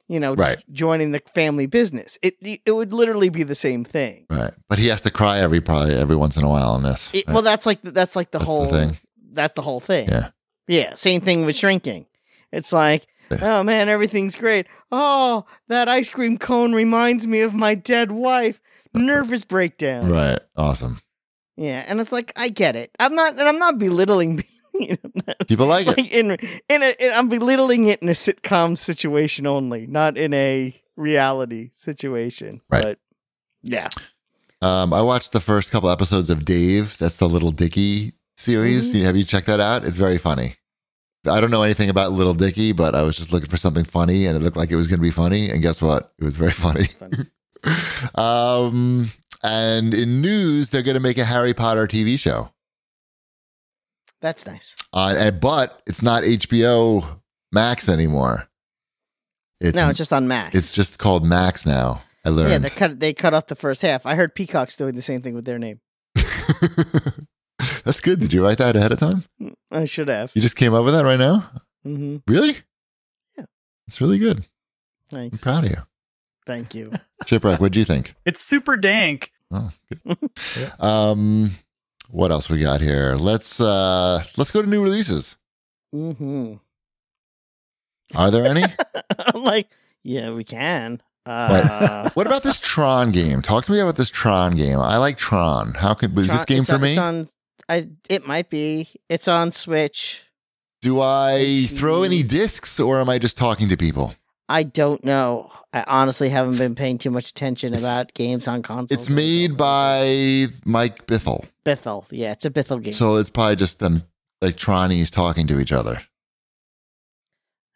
S3: you know,
S2: Right.
S3: joining the family business. It, it would literally be the same thing.
S2: Right. But he has to cry every probably every once in a while on this.
S3: It,
S2: right?
S3: Well, that's like, that's like the
S2: That's the
S3: whole
S2: thing.
S3: That's the whole thing.
S2: Yeah.
S3: Yeah, same thing with shrinking. It's like, oh man, everything's great. Oh, that ice cream cone reminds me of my dead wife. Nervous breakdown.
S2: Right. Awesome.
S3: Yeah, and it's like I get it. I'm not, and I'm not belittling. You know,
S2: People like it.
S3: like in in, a, in I'm belittling it in a sitcom situation only, not in a reality situation.
S2: Right.
S3: But yeah,
S2: Um, I watched the first couple episodes of Dave. That's the Little Dicky series.
S3: Mm-hmm.
S2: You- Have you checked that out? It's very funny. I don't know anything about Little Dicky, but I was just looking for something funny, and it looked like it was going to be funny. And guess what? It was very funny.
S3: Funny.
S2: um, and in news, they're going to make a Harry Potter TV show,
S3: that's nice.
S2: uh, and, but it's not HBO Max anymore. It's
S3: no, it's just on Max.
S2: it's just called Max now. I
S3: yeah.
S2: learned.
S3: They cut they cut off the first half. I heard Peacock's doing the same thing with their name.
S2: That's good. Did you write that ahead of time?
S3: I should have.
S2: You just came up with that right now?
S3: hmm
S2: Really?
S3: Yeah.
S2: It's really good. I'm
S3: Thanks.
S2: proud of you.
S3: Thank you.
S2: Shipwreck, what'd you think?
S5: It's super dank.
S2: Oh, good. um, what else we got here? Let's uh let's go to new releases.
S3: hmm
S2: Are there any?
S3: I'm like, yeah, we can. Uh,
S2: what about this Tron game? Talk to me about this Tron game. I like Tron. How could is this
S3: Tron-
S2: game
S3: it's
S2: for
S3: on-
S2: me?
S3: It's on, I, it might be. It's on Switch.
S2: Do I
S3: it's-
S2: throw any discs or am I just talking to people?
S3: I don't know. I honestly haven't been paying too much attention
S2: It's-
S3: about games on consoles.
S2: It's made by Mike Biffle.
S3: Bithel. Yeah, it's a Bithel game.
S2: So it's probably just them like Tronies talking to each other.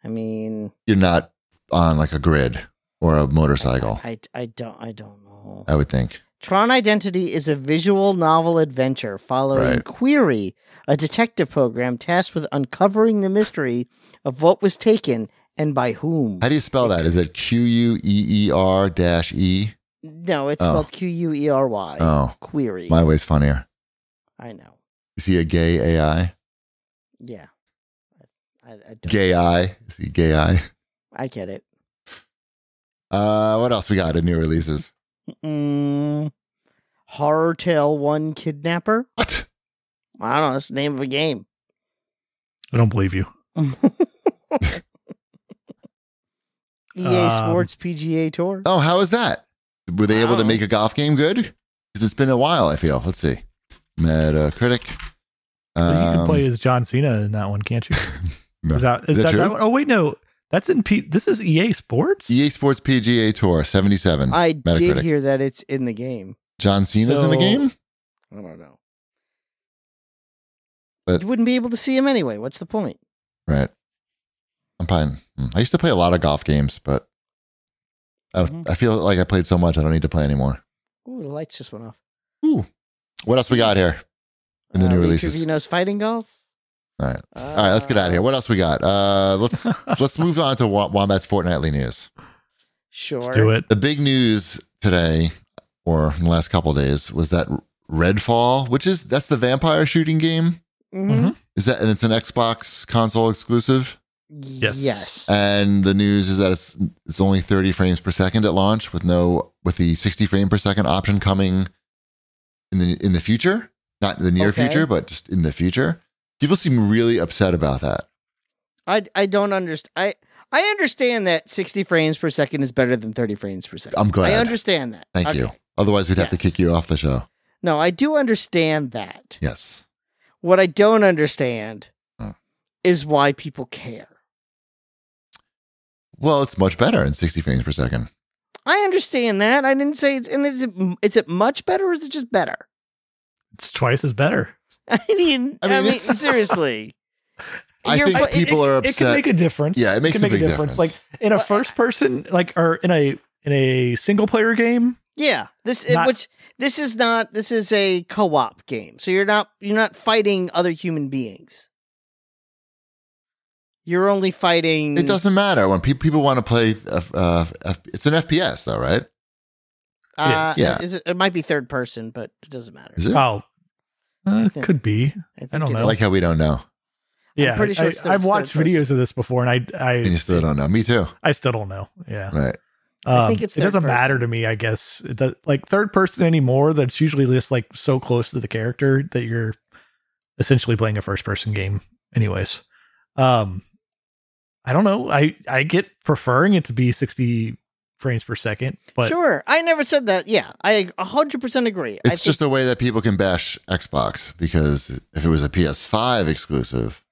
S3: I mean,
S2: You're not on like a grid or a motorcycle,
S3: I, I don't I don't know.
S2: I would think.
S3: Tron Identity is a visual novel adventure following
S2: Right.
S3: Query, a detective program tasked with uncovering the mystery of what was taken and by whom.
S2: How do you spell that? Is it Q U E E R dash E?
S3: No, it's
S2: Oh.
S3: spelled Q U E R Y.
S2: Oh,
S3: Query.
S2: my way's funnier.
S3: I know.
S2: Is he a gay AI?
S3: Yeah. I, I, I don't.
S2: Gay eye? Is he gay eye?
S3: I get it.
S2: Uh, what else we got in new releases?
S3: Mm, Horror Tale One Kidnapper.
S2: What?
S3: I don't know. It's the name of a game. E
S4: I don't believe you.
S3: EA
S4: Um,
S3: Sports PGA Tour.
S2: Oh, how is that? Were they able to
S3: Wow.
S2: make a golf game good? Because it's been a while, I feel. Let's see. Metacritic.
S4: Well, you can
S2: Um,
S4: play as John Cena in that one, can't you?
S2: No.
S4: Is that is,
S2: Is that
S4: that,
S2: true? E
S4: that one? Oh wait, no. That's in P- this is EA Sports.
S2: EA Sports PGA Tour 77.
S3: I did
S2: Metacritic.
S3: hear that it's in the game.
S2: John Cena's in the
S4: So-
S2: game?
S3: I don't know.
S2: But-
S3: you wouldn't be able to see him anyway. What's the point?
S2: Right. I'm fine. Mm. I used to play a lot of golf games, but I,
S3: Mhm.
S2: I feel like I played so much, I don't need to play anymore.
S3: Ooh, the lights just went off.
S2: What else we got here? And the new
S3: Uh, Lee
S2: releases.
S3: Trevino's fighting golf.
S2: All right. All right, let's get out of here. What else we got? Uh, let's let's move on to Wa- Wombat's fortnightly news.
S3: Sure.
S4: Let's do it.
S2: The big news today, or in the last couple of days, was that Redfall, which is that's the vampire shooting game,
S3: Mhm.
S4: Mm-hmm.
S2: is that, and it's an Xbox console exclusive.
S3: Yes. Yes.
S2: And the news is that it's it's only 30 frames per second at launch, with no with the 60 frame per second option coming in the in the future, not in the near
S3: Okay.
S2: future, but just in the future. People seem really upset about that.
S3: I I don't understand. I I understand that 60 frames per second is better than 30 frames per second.
S2: I'm glad.
S3: I understand that.
S2: Thank
S3: Okay.
S2: you. Otherwise, we'd have to
S3: Yes.
S2: kick you off the show.
S3: No, I do understand that.
S2: Yes.
S3: What I don't understand
S2: Hmm.
S3: is why people care.
S2: Well, it's much better in 60 frames per second.
S3: I understand that. I didn't say it's and is it is it much better or is it just better?
S4: It's twice as better.
S3: I mean,
S2: I
S3: I
S2: mean,
S3: mean,
S2: it's-
S3: seriously.
S2: I
S3: You're
S2: think
S3: put-
S2: people are
S4: It can
S2: upset.
S4: make a difference.
S2: Yeah, it makes a
S4: can make
S2: big
S4: a difference.
S2: difference.
S4: Like in a
S3: Well, I-
S4: first person, like or in a in a single player game.
S3: Yeah, this
S4: Not-
S3: which this is not this is a co-op game. So you're not you're not fighting other human beings. You're only fighting
S4: mm.
S2: It doesn't matter when pe- people want to play. Uh, uh, F- it's an FPS though, right?
S3: Uh,
S2: Yes. Yeah.
S3: is it, it might be third person, but it doesn't matter.
S2: Is it?
S4: Oh, uh,
S3: I
S4: it
S3: think-
S4: could be.
S3: think
S4: I don't
S3: it
S4: know.
S2: I
S3: is.
S2: like how we don't know.
S4: Yeah,
S3: pretty sure
S4: I,
S3: it's third-
S4: have watched
S3: third person.
S4: videos of this before, and I
S2: And you
S4: I
S2: still don't know. Me too.
S4: I still don't know. Yeah,
S2: Right.
S3: I
S4: Um,
S3: think it's
S4: it doesn't
S3: third
S4: matter
S3: person.
S4: to me. I guess it does, like third person anymore. That's usually just like so close to the character that you're essentially playing a first person game. Anyways, um, I don't know. I I get preferring it to be sixty frames per second, but
S3: sure, I never said that. Yeah, I 100% agree. I
S2: It's just a way that people can bash Xbox because if it was a PS5 exclusive,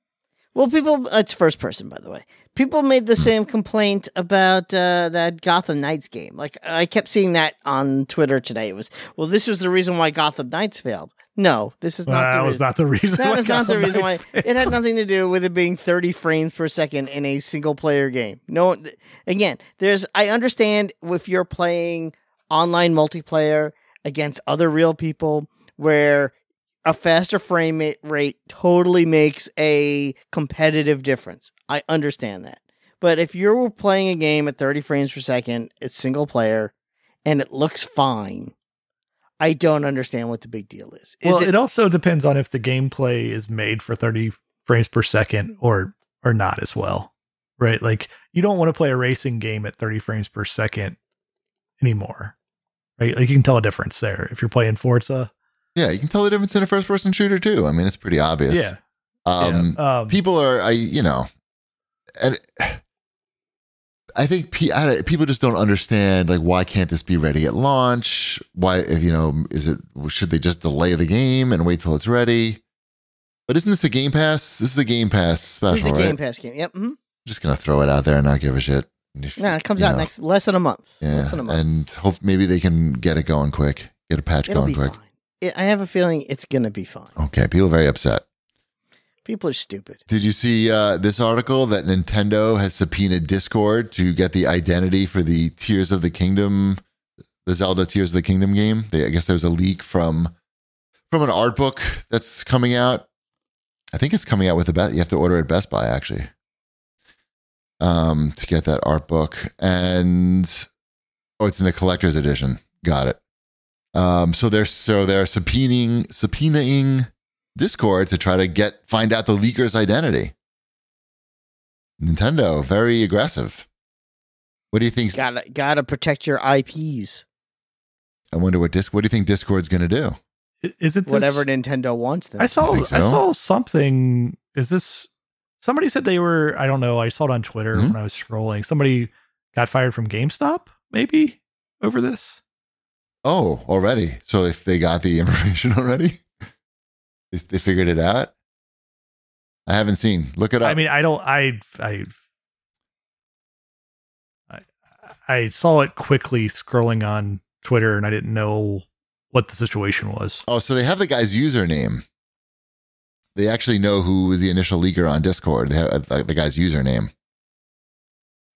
S3: Well, people, it's first person, by the way. People made the same complaint about uh, that Gotham Knights game. Like, I kept seeing that on Twitter today. It was, well, this was the reason why Gotham Knights failed. No, this is
S4: uh,
S3: not
S4: that
S3: the
S4: was
S3: reason.
S4: not the reason.
S3: that
S4: why
S3: was not the
S4: Gotham
S3: reason why.
S4: Knights failed.
S3: It had nothing to do with it being 30 frames per second in a single player game. No, th- again, there's, I understand if you're playing online multiplayer against other real people where a faster frame ma- rate totally makes a competitive difference. I understand that. But if you're playing a game at 30 frames per second, it's single player and it looks fine. I don't understand what the big deal is. Is
S4: well,
S3: it
S4: it, also depends on if the gameplay is made for 30 frames per second or or not as well, right? Like you don't want to play a racing game at 30 frames per second anymore, right? Like you can tell a difference there if you're playing Forza.
S2: yeah, you can tell the difference in a first-person shooter too. I mean, it's pretty obvious. Um,
S4: yeah. Um,
S2: people are, I you know, and I think pe- I don't- people just don't understand like why can't this be ready at launch? Why if you know is it should they just delay the game and wait till it's ready? But isn't this a Game Pass? This is a Game Pass
S3: It's
S2: special,
S3: a
S2: right?
S3: Game Pass game. Yep. mhm.
S2: Just gonna throw it out there and not give a shit. And if-
S3: No, it comes
S2: you
S3: out
S2: know,
S3: next less than a month.
S2: Yeah,
S3: less than a month.
S2: and hope maybe they can get it going quick, get a patch
S3: It'll
S2: going
S3: be
S2: quick.
S3: fine. It, I have a feeling it's gonna be fine.
S2: Okay, people are very upset.
S3: People are stupid.
S2: Did you see uh, this article that Nintendo has subpoenaed Discord to get the identity for the Tears of the Kingdom, the Zelda Tears of the Kingdom game? They, I guess there was a leak from from an art book that's coming out. I think it's coming out with a bet. You have to order at Best Buy actually um, to get that art book, and oh, it's in the collector's edition. Got it. Um, so they're so they're subpoenaing subpoenaing Discord to try to get find out the leaker's identity. Nintendo very aggressive. What do you think?
S3: Gotta gotta protect your IPs.
S2: I wonder what Disc. What do you think Discord's going to do?
S4: I- Is it this,
S3: Whatever Nintendo wants them.
S4: I saw.
S2: think
S4: I
S2: so.
S4: saw something. Is this somebody said they were? I don't know. I saw it on Twitter
S2: Hmm?
S4: when I was scrolling. Somebody got fired from GameStop, maybe over this.
S2: Oh, already. So they they got the information already. They, they figured it out. I haven't seen. Look it up.
S4: I mean, I don't. I I I I saw it quickly scrolling on Twitter, and I didn't know what the situation was.
S2: oh, so they have the guy's username. They actually know who was the initial leaker on Discord. They have uh, the guy's username.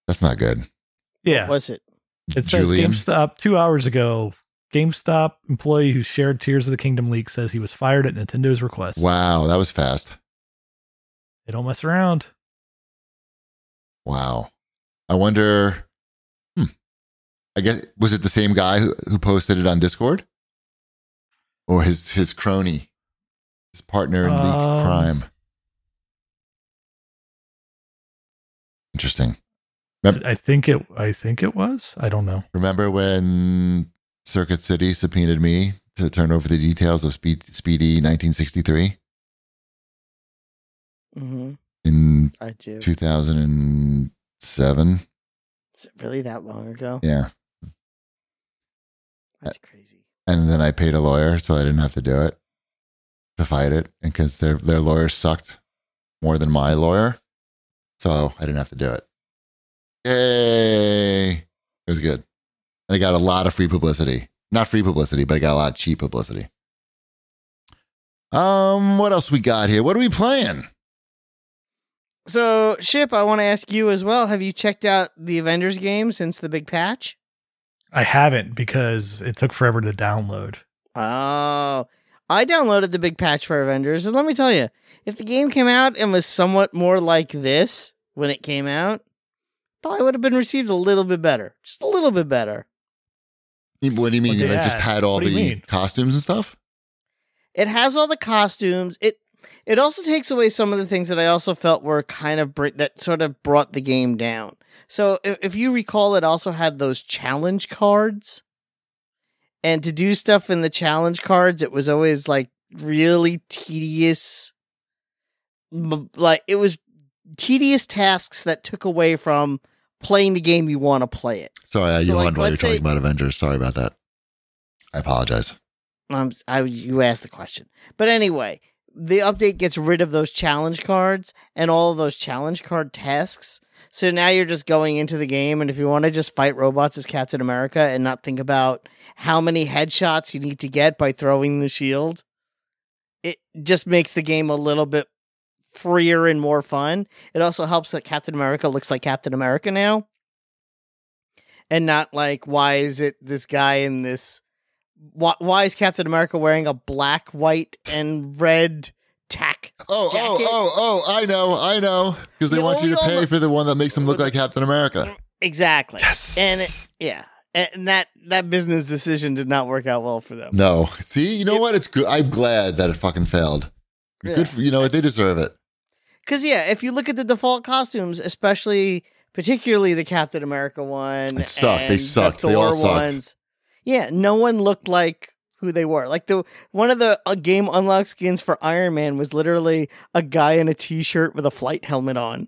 S2: That's not good.
S4: Yeah,
S3: Was it?
S4: It says
S2: Julian.
S4: GameStop two hours ago. GameStop employee who shared Tears of the Kingdom leak says he was fired at Nintendo's request.
S2: Wow, that was fast.
S4: They don't mess around.
S2: Wow. I wonder. Hmm. I guess was it the same guy who, who posted it on Discord, or his his crony, his partner in
S4: Um,
S2: league crime? Interesting. Yep.
S4: I think it. I think it was. I don't know.
S2: Remember when Circuit City subpoenaed me to turn over the details of Speed, Speedy 1963
S3: hmm
S2: in
S3: I do.
S2: 2007?
S3: Is it really that long ago?
S2: Yeah.
S3: That's crazy.
S2: and then I paid a lawyer so I didn't have to do it to fight it because their their lawyer sucked more than my lawyer, so I didn't have to do it. Yay! It was good, and I got a lot of free publicity. Not free publicity, but I got a lot of cheap publicity. Um, what else we got here? What are we playing?
S3: So, Ship, I want to ask you as well. Have you checked out the Avengers game since the big patch?
S4: I haven't because it took forever to download.
S3: Oh, I downloaded the big patch for Avengers, and let me tell you, if the game came out and was somewhat more like this when it came out, probably would have been received a little bit better, just a little bit better.
S2: What do you mean?
S4: What
S2: They
S4: they
S2: just
S4: had?
S2: had all
S4: What do you
S2: the
S4: mean?
S2: costumes and stuff.
S3: It has all the costumes. It it also takes away some of the things that I also felt were kind of br- that sort of brought the game down. So if, if you recall, it also had those challenge cards, and to do stuff in the challenge cards, it was always like really tedious. m- Like it was tedious tasks that took away from playing the game you want to play it.
S2: Sorry, I
S3: So, like,
S2: yawned while you're
S3: let's
S2: talking
S3: say-
S2: about Avengers. Sorry about that. I apologize.
S3: Um, I you asked the question, but anyway, the update gets rid of those challenge cards and all of those challenge card tasks. So now you're just going into the game, and if you want to just fight robots as Captain America and not think about how many headshots you need to get by throwing the shield, it just makes the game a little bit freer and more fun. It also helps that Captain America looks like Captain America now, and not like why is it this guy in this why, why is Captain America wearing a black, white, and red tack?
S2: Oh,
S3: jacket.
S2: oh, oh, oh, I know, I know. Because they
S3: Yeah,
S2: want you to
S3: oh, yeah,
S2: pay
S3: but-
S2: for the one that makes them look like Captain America.
S3: Exactly.
S2: Yes.
S3: And it, yeah, and that that business decision did not work out well for them.
S2: no. See, you know
S3: It-
S2: what? It's good. I'm glad that it fucking failed.
S3: Yeah.
S2: Good for you know what? They deserve it.
S3: Because yeah, if you look at the default costumes, especially particularly the Captain America one,
S2: It sucked. They
S3: and
S2: sucked.
S3: The
S2: They all
S3: Thor
S2: sucked.
S3: ones. Yeah, no one looked like who they were. Like the one of the uh, game unlock skins for Iron Man was literally a guy in a t-shirt with a flight helmet on.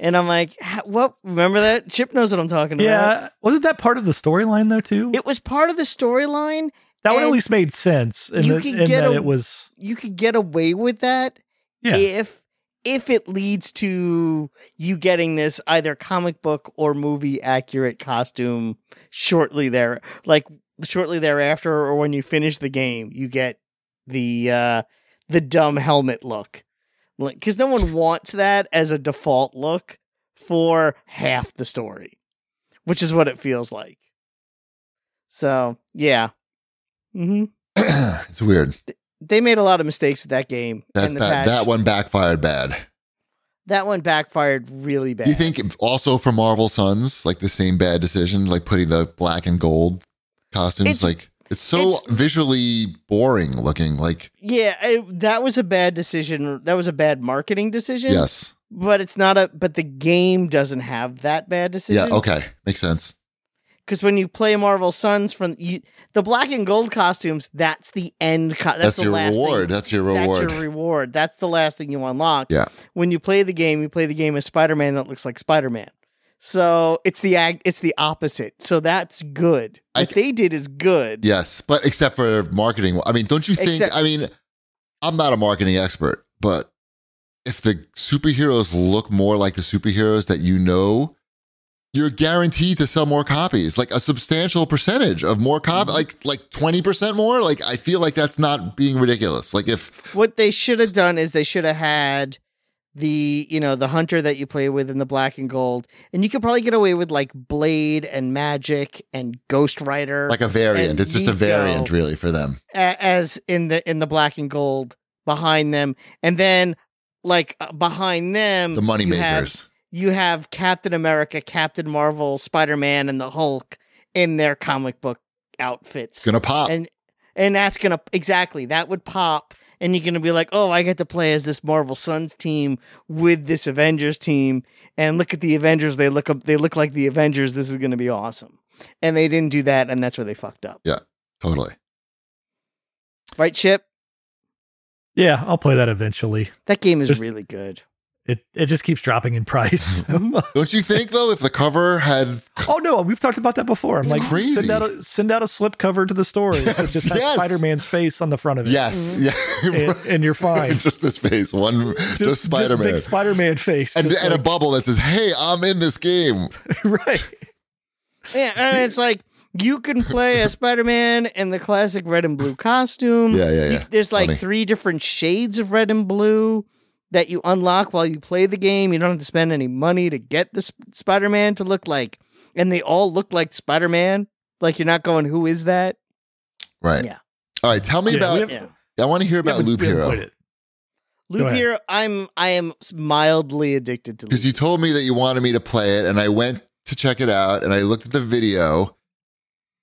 S3: And I'm like, "Ha- what? Remember that? Chip knows what I'm talking about.
S4: Yeah, wasn't that part of the storyline though too?
S3: It was part of the storyline.
S4: that would at
S3: and
S4: least made sense. And,
S3: you
S4: that,
S3: could
S4: in
S3: get
S4: that
S3: a-
S4: it was.
S3: You could get away with that
S4: Yeah.
S3: if if it leads to you getting this either comic book or movie accurate costume shortly there like shortly thereafter or when you finish the game, you get the uh the dumb helmet look. Like cuz no one wants that as a default look for half the story, which is what it feels like. So, yeah. Mhm
S2: it's weird.
S3: they made a lot of mistakes at that game
S2: That
S3: and the
S2: that,
S3: patch.
S2: that one backfired bad.
S3: That one backfired really bad.
S2: Do you think also for Marvel Sons, like the same bad decision, like putting the black and gold costumes.
S3: It's-
S2: like it's so
S3: it's-
S2: visually boring looking. Like
S3: Yeah, I, that was a bad decision. That was a bad marketing decision.
S2: yes,
S3: but it's not a. But the game doesn't have that bad
S2: yeah,
S3: decision.
S2: okay, makes sense.
S3: Because when you play Marvel Suns from you, the black and gold costumes, that's the end. Co- that's,
S2: That's,
S3: the
S2: your
S3: last thing-
S2: reward. That's your reward.
S3: That's your reward. That's the last thing you unlock.
S2: Yeah.
S3: When you play the game, you play the game as Spider Man that looks like Spider Man. So it's the ag- it's the opposite. So that's good.
S2: I-
S3: What they did is good.
S2: yes, but except for marketing. I mean, don't you think?
S3: Except-
S2: I mean, I'm not a marketing expert, but if the superheroes look more like the superheroes that you know. You're guaranteed to sell more copies, like a substantial percentage of more
S3: Mm-hmm.
S2: cop, like like twenty percent more. Like I feel like that's not being ridiculous. Like if
S3: What they should have done is they should have had the you know the hunter that you play with in the black and gold, and you could probably get away with like Blade and Magic and Ghost Rider,
S2: like a variant.
S3: and
S2: It's just a
S3: Nico.
S2: variant, really, for them.
S3: a- as in the in the black and gold behind them, and then like uh, behind them
S2: The money
S3: you had
S2: makers.
S3: you have Captain America, Captain Marvel, Spider Man, and the Hulk in their comic book outfits.
S2: It's gonna pop.
S3: and and that's gonna exactly that would pop, and you're gonna be like, oh, I get to play as this Marvel Suns team with this Avengers team, and look at the Avengers. They look up. They look like the Avengers. This is gonna be awesome. And they didn't do that, and that's where they fucked up.
S2: totally.
S3: Right, Chip?
S4: Yeah, I'll play that eventually.
S3: That game is
S4: Just-
S3: really good.
S4: It it just keeps dropping in price.
S2: Don't you think though? If the cover had
S4: oh no, we've talked about that before. I'm
S2: It's
S4: like,
S2: crazy.
S4: send out a send out a slip cover to the store that
S2: Yes,
S4: just has
S2: yes.
S4: Spider Man's face on the front of it.
S2: yes,
S3: Mm-hmm.
S4: and,
S2: yeah,
S4: and you're fine.
S2: just this face, one, just, Spider Man,
S4: big Spider Man face,
S2: and
S4: Just
S2: and a
S4: like-
S2: bubble that says, "Hey, I'm in this game."
S4: right.
S3: Yeah, and it's like you can play as Spider Man in the classic red and blue costume.
S2: Yeah, yeah,
S3: You-
S2: yeah.
S3: there's like
S2: Funny.
S3: three different shades of red and blue that you unlock while you play the game. You don't have to spend any money to get the sp- Spider Man to look like, and they all look like Spider Man. Like you're not going, who is that?
S2: Right.
S3: Yeah.
S2: All right. Tell me
S4: Yeah,
S2: about.
S4: we have-
S3: Yeah.
S2: I want to hear about
S4: Yeah, we-
S2: Loop
S4: we haven't played
S2: Hero
S4: it.
S3: Loop
S4: ahead.
S3: here. I'm I am mildly addicted to
S2: because
S3: Loop.
S2: you told me that you wanted me to play it, and I went to check it out, and I looked at the video,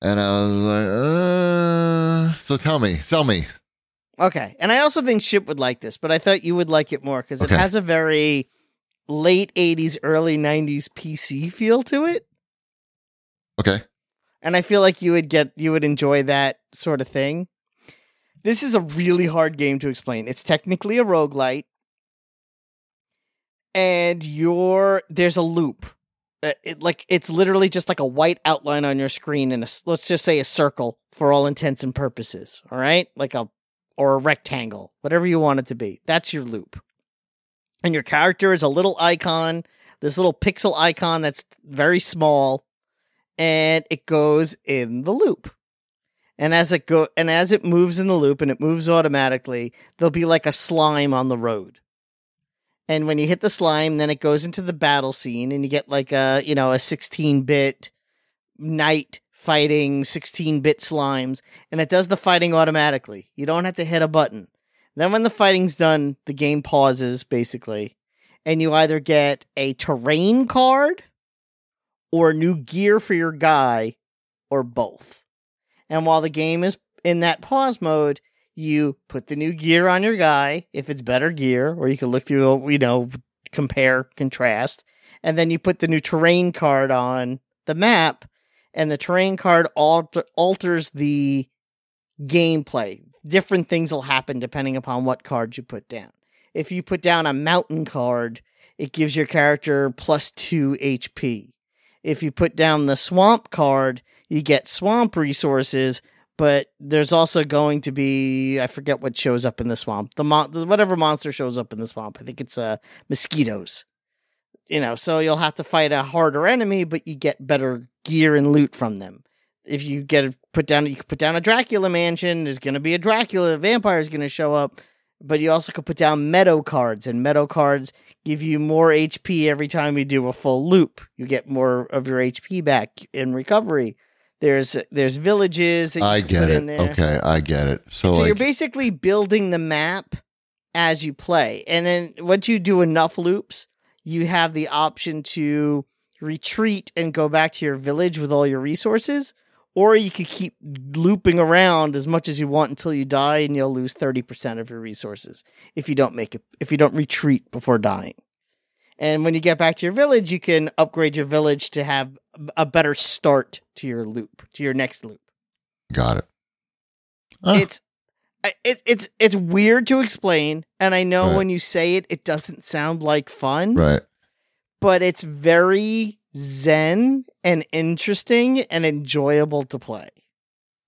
S2: and I was like, uh... "So tell me, sell me."
S3: Okay. And I also think Ship would like this, but I thought you would like it more because
S2: Okay.
S3: it has a very late 80s, early 90s PC feel to it.
S2: Okay.
S3: And I feel like you would get you would enjoy that sort of thing. This is a really hard game to explain. It's technically a roguelite. And you're there's a loop. Uh, It, like it's literally just like a white outline on your screen and a s- let's just say a circle for all intents and purposes, all right? Like a or a rectangle, whatever you want it to be. That's your loop. And your character is a little icon, this little pixel icon that's very small, and it goes in the loop. And as it go and as it moves in the loop and it moves automatically, there'll be like a slime on the road. And when you hit the slime, then it goes into the battle scene and you get like a, you know, a 16-bit knight fighting 16-bit slimes and it does the fighting automatically. You don't have to hit a button. Then when the fighting's done, the game pauses basically, and you either get a terrain card or new gear for your guy or both. And while the game is in that pause mode, you put the new gear on your guy if it's better gear or you can look through, you know, compare, contrast, and then you put the new terrain card on the map and the terrain card alter- alters the gameplay. Different things will happen depending upon what card you put down. If you put down a mountain card, it gives your character plus two HP. If you put down the swamp card, you get swamp resources, but there's also going to be I forget what shows up in the swamp. The mon- the- whatever monster shows up in the swamp. I think it's uh mosquitoes you know, so you'll have to fight a harder enemy, but you get better gear and loot from them. If you get a- put down, you can put down a Dracula mansion. There's going to be a Dracula. A vampire is going to show up, but you also could put down meadow cards, and meadow cards give you more HP every time you do a full loop. You get more of your HP back in recovery. There's there's villages. That you
S2: I
S3: can
S2: get
S3: put
S2: it.
S3: In there
S2: Okay, I get it. So,
S3: so
S2: like,
S3: you're basically building the map as you play and then once you do enough loops you have the option to retreat and go back to your village with all your resources or you could keep looping around as much as you want until you die and you'll lose 30% of your resources if you don't make it if you don't retreat before dying and when you get back to your village you can upgrade your village to have a better start to your loop to your next loop
S2: Got it. Ah,
S3: it's I- it, it's it's weird to explain and i know
S2: Right.
S3: when you say it it doesn't sound like fun
S2: right.
S3: but it's very zen and interesting and enjoyable to play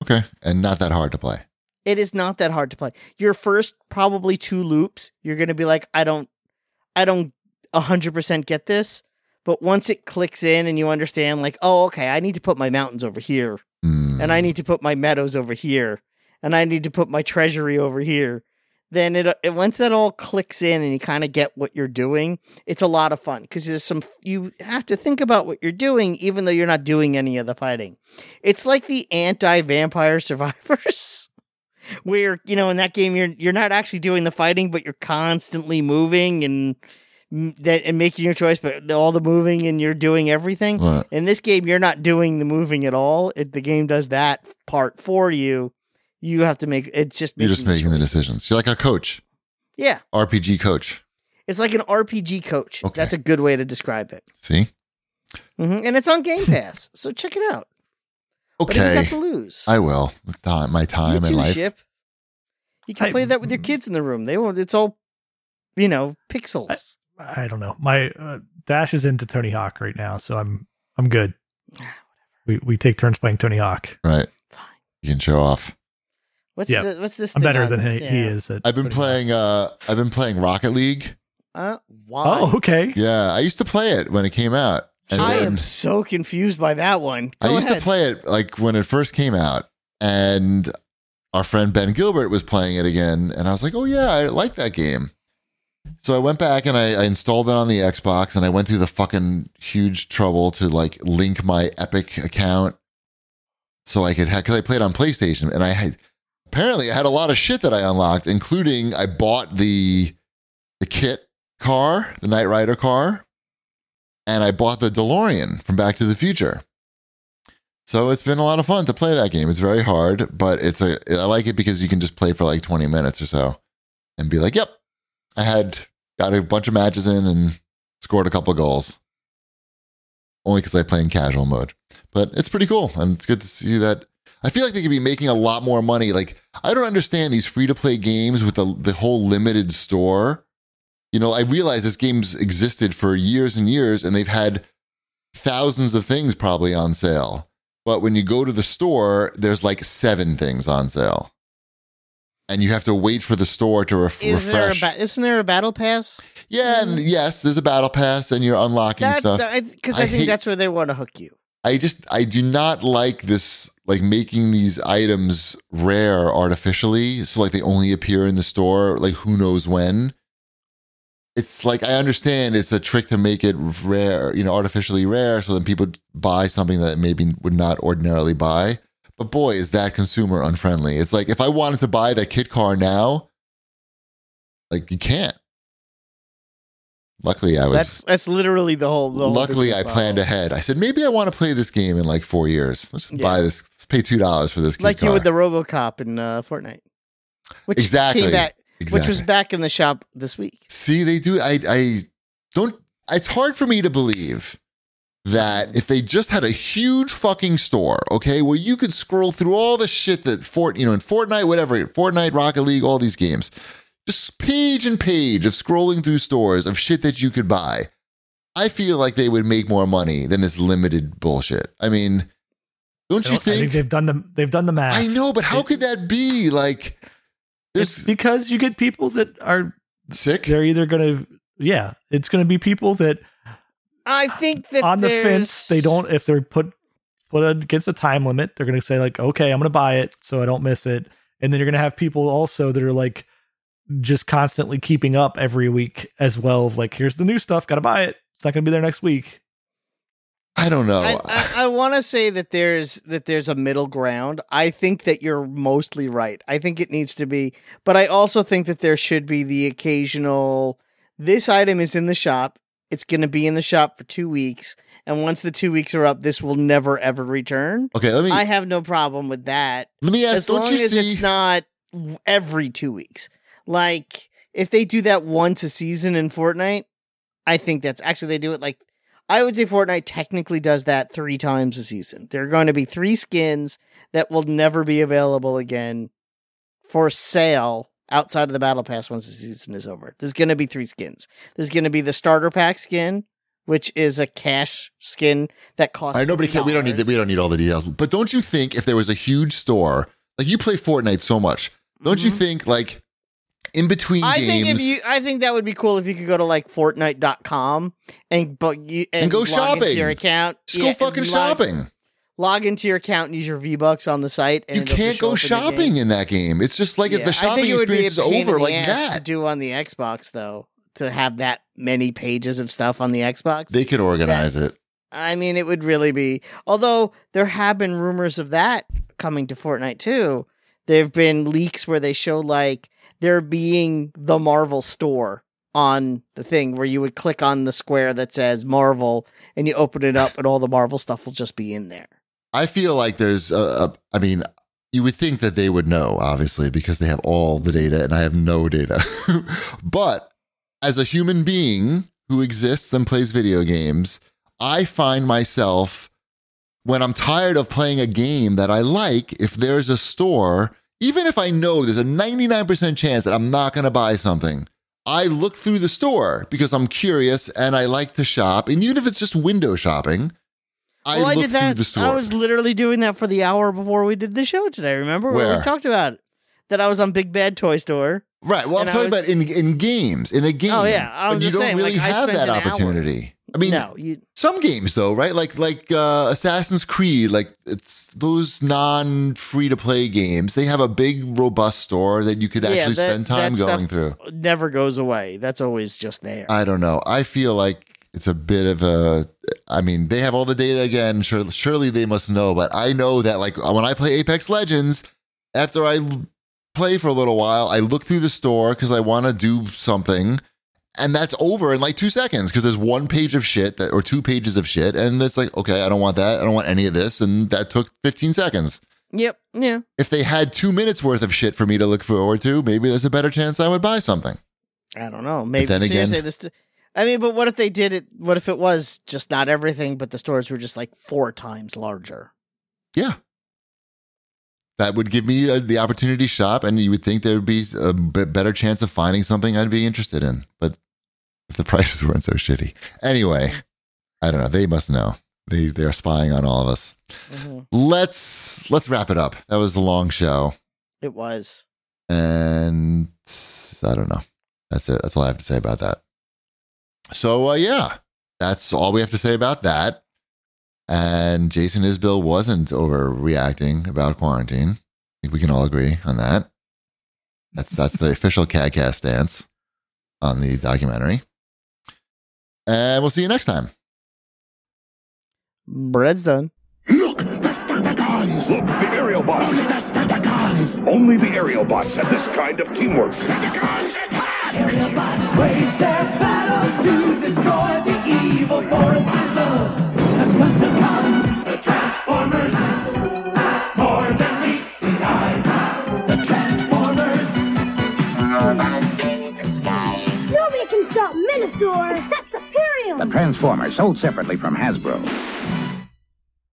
S2: Okay. And not that hard to play.
S3: it is not that hard to play. Your first probably two loops, you're going to be like, I don't, I don't 100% get this. But once it clicks in and you understand, like, oh, okay, I need to put my mountains over here,
S2: Mm,
S3: and I need to put my meadows over here, and I need to put my treasury over here. Then it, it once that all clicks in and you kind of get what you're doing, it's a lot of fun because there's some you have to think about what you're doing even though you're not doing any of the fighting. It's like the anti-vampire survivors where you know in that game you're you're not actually doing the fighting but you're constantly moving and m- that and making your choice but all the moving and you're doing everything.
S2: right.
S3: In this game, you're not doing the moving at all. It, the game does that part for you. You have to make it's just
S2: You're just making the
S3: choices.
S2: decisions. You're like a coach,
S3: Yeah,
S2: RPG coach.
S3: it's like an RPG coach.
S2: Okay.
S3: That's a good way to describe it.
S2: See?
S3: hmm And it's on Game Pass, so check it out. What have you got
S2: Okay.
S3: to lose?
S2: I will. With ti- My
S3: you
S2: time and
S3: too,
S2: life.
S3: Ship. You can
S4: I-
S3: play that with your kids in the room. They won't. It's all, you know, pixels.
S4: I don't know. My uh, Dash is into Tony Hawk right now, so I'm I'm good. We we take turns playing Tony Hawk.
S2: Right.
S3: Fine.
S2: You can show off.
S3: What's
S4: Yeah.
S3: the, what's this?
S4: I'm
S3: thing
S4: better
S3: on
S4: than he,
S3: this?
S4: he
S3: Yeah.
S4: is. At
S2: I've been
S4: Tony Hawk.
S2: playing uh I've been playing Rocket League.
S3: Uh, why?
S4: Oh, okay.
S2: Yeah, I used to play it when it came out. And
S3: I
S2: then-
S3: am so confused by that one.
S2: I
S3: Go
S2: used
S3: ahead.
S2: to play it like when it first came out, and our friend Ben Gilbert was playing it again, and I was like, "Oh yeah, I like that game." So I went back and I, I installed it on the Xbox, and I went through the fucking huge trouble to like link my Epic account so I could have because I played on PlayStation, and I had apparently I had a lot of shit that I unlocked, including I bought the the kit car, the Knight Rider car, and I bought the DeLorean from Back to the Future. So it's been a lot of fun to play that game. It's very hard, but it's a I like it because you can just play for like 20 minutes or so and be like, "Yep, I had got a bunch of matches in and scored a couple goals." Only because I play in casual mode, but it's pretty cool and it's good to see that. I feel like they could be making a lot more money. Like I don't understand these free to play games with the the whole limited store. You know, I realize this game's existed for years and years, and they've had thousands of things probably on sale. But when you go to the store, there's like seven things on sale, and you have to wait for the store to ref-
S3: Is there a
S2: refresh.
S3: ba- isn't there a battle pass?
S2: yeah, and yes, there's a battle pass, and you're unlocking
S3: Mm-hmm. That
S2: stuff.
S3: because I,
S2: I
S3: think
S2: hate-
S3: that's where they want to hook you.
S2: I just I do not like this like making these items rare artificially. So like they only appear in the store like who knows when. It's like I understand it's a trick to make it rare, you know, artificially rare so then people buy something that maybe would not ordinarily buy. But boy, is that consumer unfriendly. It's like if I wanted to buy that kit car now, like you can't. Luckily I was
S3: That's that's literally the whole. The whole
S2: Luckily, I
S3: business
S2: planned
S3: model.
S2: ahead. I said maybe I want to play this game in like four years. Let's just
S3: Yeah.
S2: buy this. Let's pay two dollars for this.
S3: like
S2: kid
S3: you with the
S2: car.
S3: RoboCop in uh, Fortnite, which
S2: Exactly.
S3: came back,
S2: exactly.
S3: which was back in the shop this week.
S2: See, they do. I I don't. It's hard for me to believe that if they just had a huge fucking store, okay, where you could scroll through all the shit that Fort, you know, in Fortnite, whatever, Fortnite, Rocket League, all these games, just page and page of scrolling through stores of shit that you could buy. I feel like they would make more money than this limited bullshit. I mean, don't
S4: I
S2: you
S4: don't- I think
S2: think?
S4: they've done the they've done the math.
S2: I know, but how
S4: It-
S2: could that be? Like,
S4: It's
S2: there's
S4: because you get people that are
S2: sick.
S4: they're either going to yeah, it's going to be people that
S3: I think that
S4: on the
S3: there's-
S4: fence they don't if they're put put against a time limit they're going to say like okay i'm going to buy it so i don't miss it and then you're going to have people also that are like just constantly keeping up every week as well of like here's the new stuff got to buy it it's not going to be there next week
S2: Oh, I don't know.
S3: I, I, I want to say that there's that there's a middle ground. I think that you're mostly right. I think it needs to be, but I also think that there should be the occasional. This item is in the shop. It's going to be in the shop for two weeks, and once the two weeks are up, this will never ever return.
S2: Okay, let me
S3: I have no problem with that,
S2: let me ask.
S3: as long
S2: Don't you
S3: as
S2: see?
S3: it's not w- every two weeks. Like if they do that once a season in Fortnite, I think that's actually they do it like I would say Fortnite technically does that three times a season. There are going to be three skins that will never be available again for sale outside of the battle pass once the season is over. There's going to be three skins. There's going to be the starter pack skin, which is a cash skin that costs.
S2: I nobody can. We don't need. The,
S3: $3.
S2: we don't need all the details. But don't you think if there was a huge store, like you play Fortnite so much, don't you
S3: Mhm.
S2: think like in between
S3: I
S2: games?
S3: think if you, I think that would be cool if you could go to like Fortnite.com and but you and,
S2: And go
S3: log into
S2: shopping.
S3: your account.
S2: just
S3: Yeah,
S2: go
S3: and
S2: fucking
S3: log-
S2: shopping.
S3: Log into your account and use your V bucks on the site. And
S2: You
S3: it'll
S2: can't
S3: just show
S2: go
S3: up in your game.
S2: shopping in that game. It's just like if
S3: Yeah,
S2: the
S3: I think
S2: shopping
S3: it would be a
S2: experience is
S3: pain in
S2: over
S3: the
S2: like
S3: ass to
S2: that.
S3: do on the Xbox though to have that many pages of stuff on the Xbox.
S2: They could organize it.
S3: I mean, it would really be. Although there have been rumors of that coming to Fortnite too. There have been leaks where they show like there being the Marvel store on the thing where you would click on the square that says Marvel and you open it up and all the Marvel stuff will just be in there.
S2: I feel like there's a, a. I mean, you would think that they would know, obviously, because they have all the data, and I have no data. but as a human being who exists and plays video games, I find myself when I'm tired of playing a game that I like, if there's a store, even if I know there's a 99% chance that I'm not going to buy something, I look through the store because I'm curious and I like to shop. And even if it's just window shopping, I
S3: Well,
S2: look
S3: did that.
S2: through the store.
S3: I was literally doing that for the hour before we did the show today. Remember
S2: Where?
S3: we talked about it? That I was on Big Bad Toy Store.
S2: Right. Well, I'm
S3: And I
S2: talking
S3: would-
S2: about in in games in a game.
S3: Oh, yeah, I was
S2: but you
S3: just
S2: don't
S3: saying,
S2: really
S3: like, I
S2: have
S3: spent
S2: that
S3: an hour.
S2: opportunity. I mean,
S3: no, you,
S2: some games though, right? Like like uh, Assassin's Creed, like it's those non free to play games. They have a big robust store that you could
S3: Yeah,
S2: actually
S3: that-
S2: spend time
S3: that
S2: going
S3: stuff-
S2: through.
S3: it never goes away. That's always just there.
S2: I don't know. I feel like it's a bit of a. I mean, they have all the data again. Surely, surely they must know. But I know that, like, when I play Apex Legends, after I l- play for a little while, I look through the store because I want to do something, and that's over in like two seconds because there's one page of shit that, or two pages of shit, and it's like, okay, I don't want that. I don't want any of this, and that took 15 seconds.
S3: yep. Yeah.
S2: If they had two minutes worth of shit for me to look forward to, maybe there's a better chance I would buy something.
S3: I don't know. Maybe
S2: then again-
S3: seriously, this. I mean, but what if they did it? What if it was just not everything, but the stores were just like four times larger?
S2: Yeah. That would give me uh, the opportunity to shop, and you would think there would be a b- better chance of finding something I'd be interested in. But if the prices weren't so shitty. Anyway, I don't know. They must know. They, they are spying on all of us. Mm-hmm. Let's let's wrap it up. That was a long show,
S3: It was.
S2: and I don't know. That's it. That's all I have to say about that. So uh, yeah, that's all we have to say about that. And Jason Isbell wasn't overreacting about quarantine. I think we can all agree on that. That's that's the official CADcast stance on the documentary. And we'll see you next time.
S3: Bread's done.
S5: Look, the Stratagons! Look, the Aerobots! Only the Stratagons! Only the Aerobots have this kind of teamwork. Stratagons attack!
S6: Autobots wage their battle to destroy the evil forces of Decepticons, the Transformers, more than meets the eye. The Transformers.
S7: Nobody can stop Minotaur. That's Imperium.
S8: The Transformers, sold separately from Hasbro.